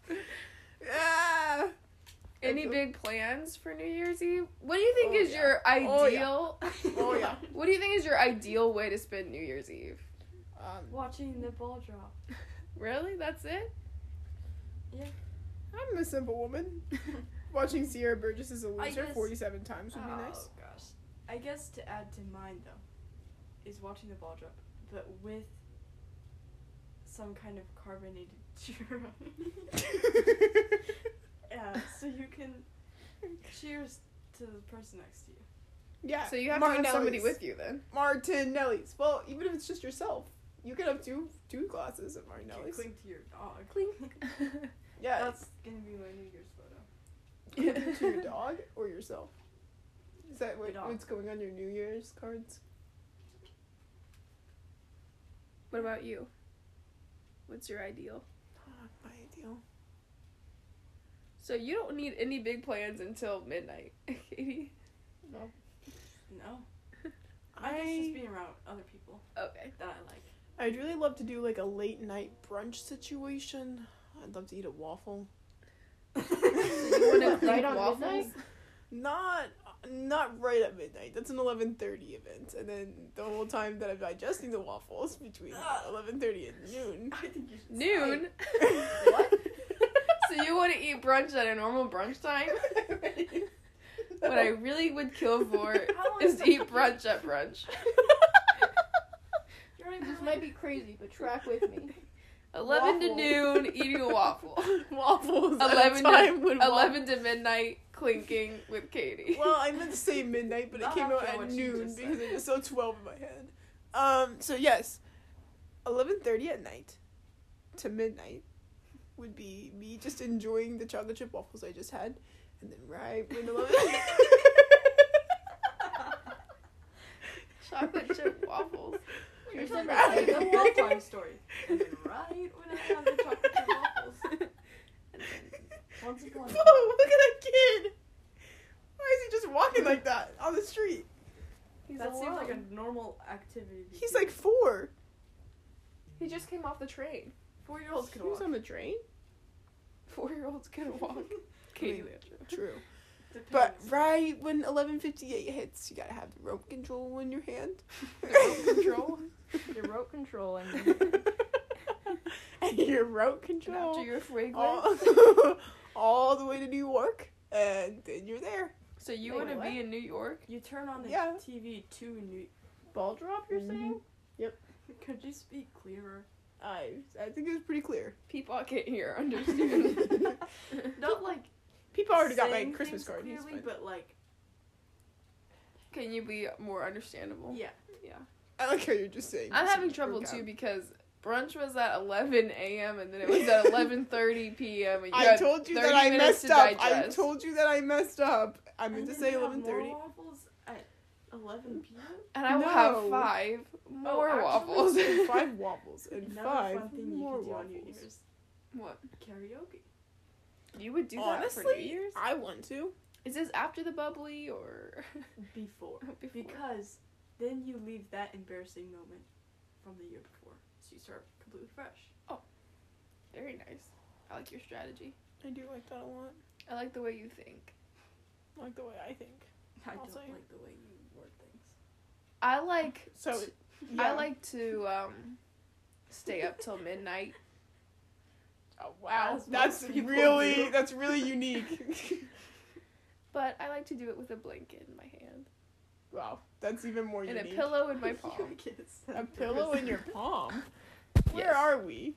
Speaker 2: Ah!
Speaker 3: Any
Speaker 2: Okay.
Speaker 3: big plans for New Year's Eve? What do you think
Speaker 2: Oh,
Speaker 3: is
Speaker 2: yeah.
Speaker 3: your ideal?
Speaker 2: Oh, yeah. Oh yeah.
Speaker 3: What do you think is your ideal way to spend New Year's Eve?
Speaker 2: Um,
Speaker 4: <laughs> Watching the ball drop. <laughs>
Speaker 3: Really? That's <laughs> it?
Speaker 2: I'm a simple woman. Watching Sierra Burgess as a
Speaker 4: I
Speaker 2: loser
Speaker 4: guess-
Speaker 2: 47 times would be nice.
Speaker 4: Oh, gosh. I guess to add to mine though, is watching the ball drop, but with some kind of carbonated <laughs> churro. yeah, so you can cheers to the person next to you.
Speaker 2: yeah.
Speaker 3: So you have to
Speaker 2: Martinelli's.
Speaker 3: have somebody with you then.
Speaker 2: Martinelli's. Well, even if it's just yourself, you can have two two glasses of
Speaker 4: You
Speaker 2: Martinelli's.
Speaker 4: clink to your dog. <laughs> Clink.
Speaker 2: Yeah.
Speaker 4: That's gonna be my New Year's photo.
Speaker 2: Clink to your dog or yourself. Is that what,
Speaker 4: Your dog.
Speaker 2: what's going on your New Year's cards?
Speaker 3: What about you? What's your ideal?
Speaker 2: Not my ideal.
Speaker 3: So you don't need any big plans until midnight, <laughs> Katie.
Speaker 2: No.
Speaker 4: No, I, guess just
Speaker 2: I
Speaker 4: being around other people
Speaker 3: Okay.
Speaker 4: that I <laughs> like.
Speaker 2: I'd really love to do like a late night brunch situation. I'd love to eat a
Speaker 4: <laughs>
Speaker 2: waffel.
Speaker 3: You
Speaker 2: <laughs>
Speaker 3: want to
Speaker 1: Right
Speaker 3: right
Speaker 1: on
Speaker 3: waffles?
Speaker 1: midnight?
Speaker 2: Not not right at midnight. That's an eleven thirty event, and then the whole time that I'm digesting the waffles between eleven thirty and
Speaker 4: <laughs>
Speaker 2: noon.
Speaker 4: I think you should.
Speaker 3: Noon.
Speaker 2: what?
Speaker 3: <laughs>
Speaker 2: <laughs>
Speaker 3: so you want to eat brunch at a normal brunch time?
Speaker 2: <laughs>
Speaker 3: What I really would kill for
Speaker 4: How long
Speaker 3: is
Speaker 4: is
Speaker 3: to
Speaker 4: the-
Speaker 3: eat brunch at brunch.
Speaker 4: You're already
Speaker 1: This
Speaker 4: behind
Speaker 1: might be crazy, but track with me.
Speaker 3: 11 to
Speaker 2: Waffles.
Speaker 3: noon, eating a waffle.
Speaker 2: waffles. at a
Speaker 3: 11 to-
Speaker 2: time when wa-
Speaker 3: 11 to midnight, clinking with Katie.
Speaker 2: Well, I meant to say midnight, but it
Speaker 4: Not
Speaker 2: came out
Speaker 4: after
Speaker 2: at
Speaker 4: what you
Speaker 2: noon
Speaker 4: just
Speaker 2: because
Speaker 4: said.
Speaker 2: it was so twelve in my head. Um. So yes, eleven thirty at night to midnight would be me just enjoying the chocolate chip waffles I just had, and then right when eleven.
Speaker 3: Chocolate chip waffles.
Speaker 2: <laughs>
Speaker 1: You're
Speaker 4: You're
Speaker 1: talking
Speaker 4: talking
Speaker 1: about
Speaker 4: like
Speaker 1: like
Speaker 4: the wall time <laughs> story. And then right when I have the <laughs> chocolate
Speaker 2: <laughs>
Speaker 4: chip waffles. Once upon a time.
Speaker 2: Whoa! Look at that kid. Why is he just walking like that on the street?
Speaker 1: He's
Speaker 4: That seems like
Speaker 1: alone.
Speaker 4: a normal activity.
Speaker 2: He's like four.
Speaker 3: He just came off the train.
Speaker 4: four year olds can
Speaker 2: He was
Speaker 4: walk.
Speaker 2: on the train.
Speaker 3: Four year olds can walk. <laughs> Katie Landry.
Speaker 2: True. But
Speaker 4: Depends.
Speaker 2: right when eleven fifty eight hits, you gotta have the rope control in your
Speaker 4: <laughs>
Speaker 2: hand.
Speaker 3: The rope <laughs> <laughs> control?
Speaker 1: Your rope control <laughs> and
Speaker 2: and your rope
Speaker 3: And after
Speaker 2: control
Speaker 3: your fragrance.
Speaker 2: all, <laughs> all the way to New York, and then you're there.
Speaker 3: so you
Speaker 1: Wait,
Speaker 3: want to
Speaker 1: what?
Speaker 3: be in New York?
Speaker 4: you turn on the
Speaker 2: Yeah.
Speaker 4: TV too and you.
Speaker 1: ball drop. You're
Speaker 2: Mm-hmm.
Speaker 1: saying?
Speaker 4: Could you speak clearer? <laughs>
Speaker 2: I I think it was pretty clear. <laughs>
Speaker 3: People can't hear, <laughs> understand.
Speaker 4: Not like.
Speaker 2: People already got my
Speaker 4: saying
Speaker 2: Christmas
Speaker 4: things
Speaker 2: card. He's
Speaker 4: Clearly,
Speaker 2: fine.
Speaker 4: but like.
Speaker 3: Can you be more understandable?
Speaker 4: Yeah.
Speaker 2: I like how you're just saying.
Speaker 3: I'm
Speaker 2: this
Speaker 3: having
Speaker 2: and
Speaker 3: trouble
Speaker 2: broke
Speaker 3: too
Speaker 2: out.
Speaker 3: because brunch was at 11 a.m. and then it was at <laughs> 11:30 p.m. and you
Speaker 2: I
Speaker 3: had
Speaker 2: told you
Speaker 3: 30
Speaker 2: that I
Speaker 3: minutes
Speaker 2: messed
Speaker 3: to
Speaker 2: up. I
Speaker 3: digest.
Speaker 2: told you that I messed up. I
Speaker 4: And
Speaker 2: meant to
Speaker 4: then
Speaker 2: say
Speaker 4: you have
Speaker 2: eleven thirty.
Speaker 4: More waffles at 11 p.m.
Speaker 3: and I will
Speaker 2: No.
Speaker 3: have five more
Speaker 4: actually,
Speaker 3: waffles. <laughs>
Speaker 2: Five waffles and
Speaker 4: Another
Speaker 2: five
Speaker 4: fun thing
Speaker 2: more
Speaker 4: you could do on New
Speaker 2: waffles.
Speaker 4: Year's.
Speaker 3: what?
Speaker 4: Karaoke.
Speaker 3: You would do
Speaker 2: Honestly,
Speaker 3: that for New Year's?
Speaker 2: I want to.
Speaker 3: Is this after the bubbly or
Speaker 4: <laughs> Before.
Speaker 3: before?
Speaker 4: Because then you leave that embarrassing moment from the year before. So you start completely fresh.
Speaker 3: Very nice. I like your strategy.
Speaker 2: I do like that a lot.
Speaker 3: I like the way you think.
Speaker 2: I like the way I think.
Speaker 4: I
Speaker 2: I'll
Speaker 4: don't
Speaker 2: say.
Speaker 4: like the way you word
Speaker 2: <laughs>
Speaker 4: things.
Speaker 3: I like
Speaker 2: So
Speaker 3: I
Speaker 2: yeah.
Speaker 3: like to um stay up till midnight.
Speaker 2: Oh, wow,
Speaker 4: As
Speaker 2: that's
Speaker 4: most people
Speaker 2: really
Speaker 4: do.
Speaker 2: that's really
Speaker 3: <laughs>
Speaker 2: unique.
Speaker 3: But I like to do it with a blanket in my hand
Speaker 2: wow, that's even more
Speaker 3: and a
Speaker 2: unique. <laughs>
Speaker 3: pillow in
Speaker 4: <laughs>
Speaker 3: my
Speaker 4: You
Speaker 3: palm.
Speaker 4: get
Speaker 2: A
Speaker 4: sad
Speaker 2: pillow
Speaker 4: person.
Speaker 2: in your
Speaker 3: <laughs>
Speaker 2: palm. Where
Speaker 3: Yes.
Speaker 2: are we?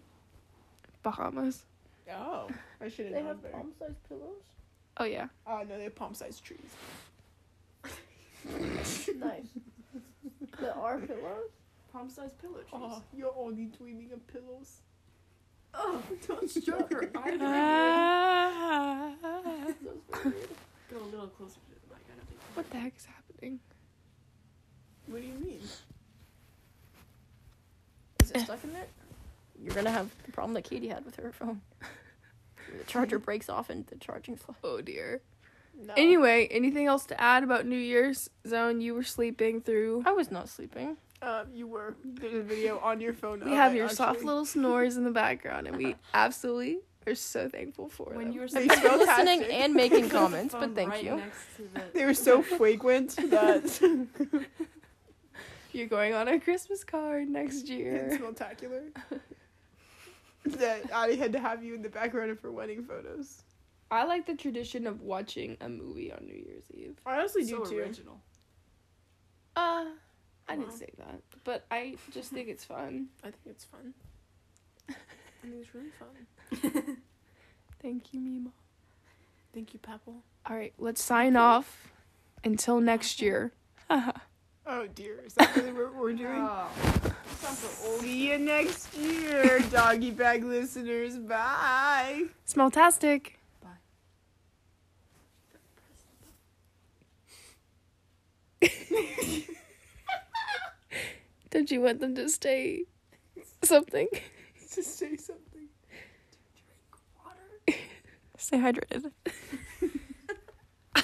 Speaker 3: Bahamas.
Speaker 2: Oh, I shouldn't
Speaker 1: They
Speaker 2: have.
Speaker 1: have
Speaker 2: better.
Speaker 1: palm-sized pillows.
Speaker 3: Oh yeah.
Speaker 2: Oh no, they have palm-sized trees.
Speaker 1: Nice. <laughs> there are pillows.
Speaker 4: palm-sized pillow trees.
Speaker 2: Oh, you're only dreaming of pillows.
Speaker 4: Oh, don't stroke her eyes.
Speaker 3: what
Speaker 1: That was very weird.
Speaker 4: Go a little closer to the mic. I don't think.
Speaker 3: the heck is happening?
Speaker 2: <laughs> What do you mean?
Speaker 1: Is it stuck in there? You're gonna have the problem that Katie had with her phone. the charger breaks off and the charging fly.
Speaker 3: Oh dear.
Speaker 2: No.
Speaker 3: Anyway, anything else to add about New Year's? Zone, you were sleeping through.
Speaker 1: I was not sleeping.
Speaker 2: Um, you were. There's a video on your phone.
Speaker 3: We
Speaker 2: of
Speaker 3: have
Speaker 2: it,
Speaker 3: your soft
Speaker 2: actually.
Speaker 3: little snores in the background,
Speaker 2: <laughs>
Speaker 3: and we absolutely are so thankful for
Speaker 4: When
Speaker 3: them.
Speaker 4: you were
Speaker 2: They
Speaker 4: sleeping,
Speaker 2: smell
Speaker 4: you
Speaker 2: Fantastic.
Speaker 1: Listening and making
Speaker 4: <laughs> put the
Speaker 1: comments,
Speaker 4: phone
Speaker 1: but thank
Speaker 4: right
Speaker 1: you.
Speaker 4: next to the-
Speaker 2: <laughs> They were so
Speaker 3: <laughs>
Speaker 2: flagrant that <laughs>
Speaker 3: You're going on a Christmas card next
Speaker 2: it's
Speaker 3: year.
Speaker 2: spectacular. that I had to have you in the background of her wedding photos.
Speaker 3: I like the tradition of watching a movie on New Year's Eve.
Speaker 2: I honestly
Speaker 4: so
Speaker 2: do too.
Speaker 4: original.
Speaker 3: Uh, I
Speaker 4: Wow.
Speaker 3: didn't say that, but I just think it's fun.
Speaker 2: I think it's <laughs> fun. I think it's really fun.
Speaker 3: <laughs> Thank you, Mima.
Speaker 2: Thank you, Papel.
Speaker 3: All right, let's sign off. Until next year.
Speaker 2: Oh dear, is that really what we're doing?
Speaker 4: Oh, sounds so old.
Speaker 2: See you next year, doggy bag listeners.
Speaker 4: <laughs>
Speaker 2: Bye.
Speaker 3: Smelltastic. <laughs> Don't you want them to stay something?
Speaker 2: Just say something.
Speaker 3: Stay hydrated.